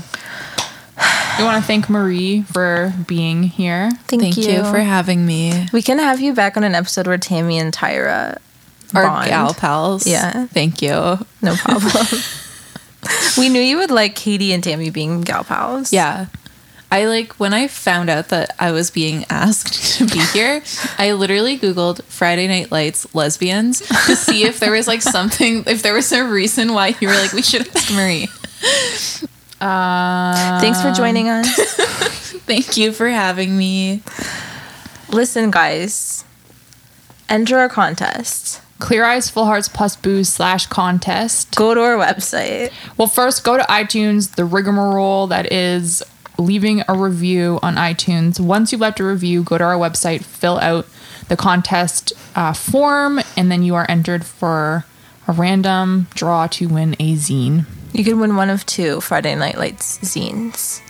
we want to thank Marie for being here.
Thank,
Thank you. for having me,
we can have you back on an episode where Tammy and Tyra
our
bond.
gal pals.
Yeah.
thank you.
No problem. we knew you would like Katie and Tammy being gal pals.
Yeah. I like when I found out that I was being asked to be here, I literally Googled Friday Night Lights lesbians to see if there was like something, if there was a reason why you were like, we should ask Marie.
Thanks for joining us.
Thank you for having me.
Listen, guys, enter our contest.
Clear Eyes Full Hearts Plus Booze slash contest.
Go to our website.
Well, first go to iTunes, the rigmarole that is leaving a review on iTunes. Once you've left a review, go to our website, fill out the contest uh, form, and then you are entered for a random draw to win a zine.
You can win one of two Friday Night Lights zines.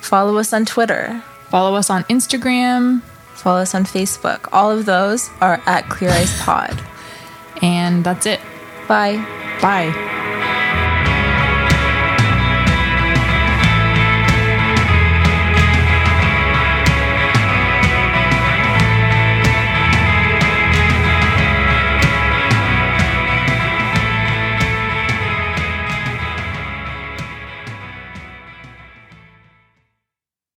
Follow us on Twitter.
Follow us on Instagram.
Follow us on Facebook. All of those are at Clear Eyes Pod.
And that's it.
Bye.
Bye.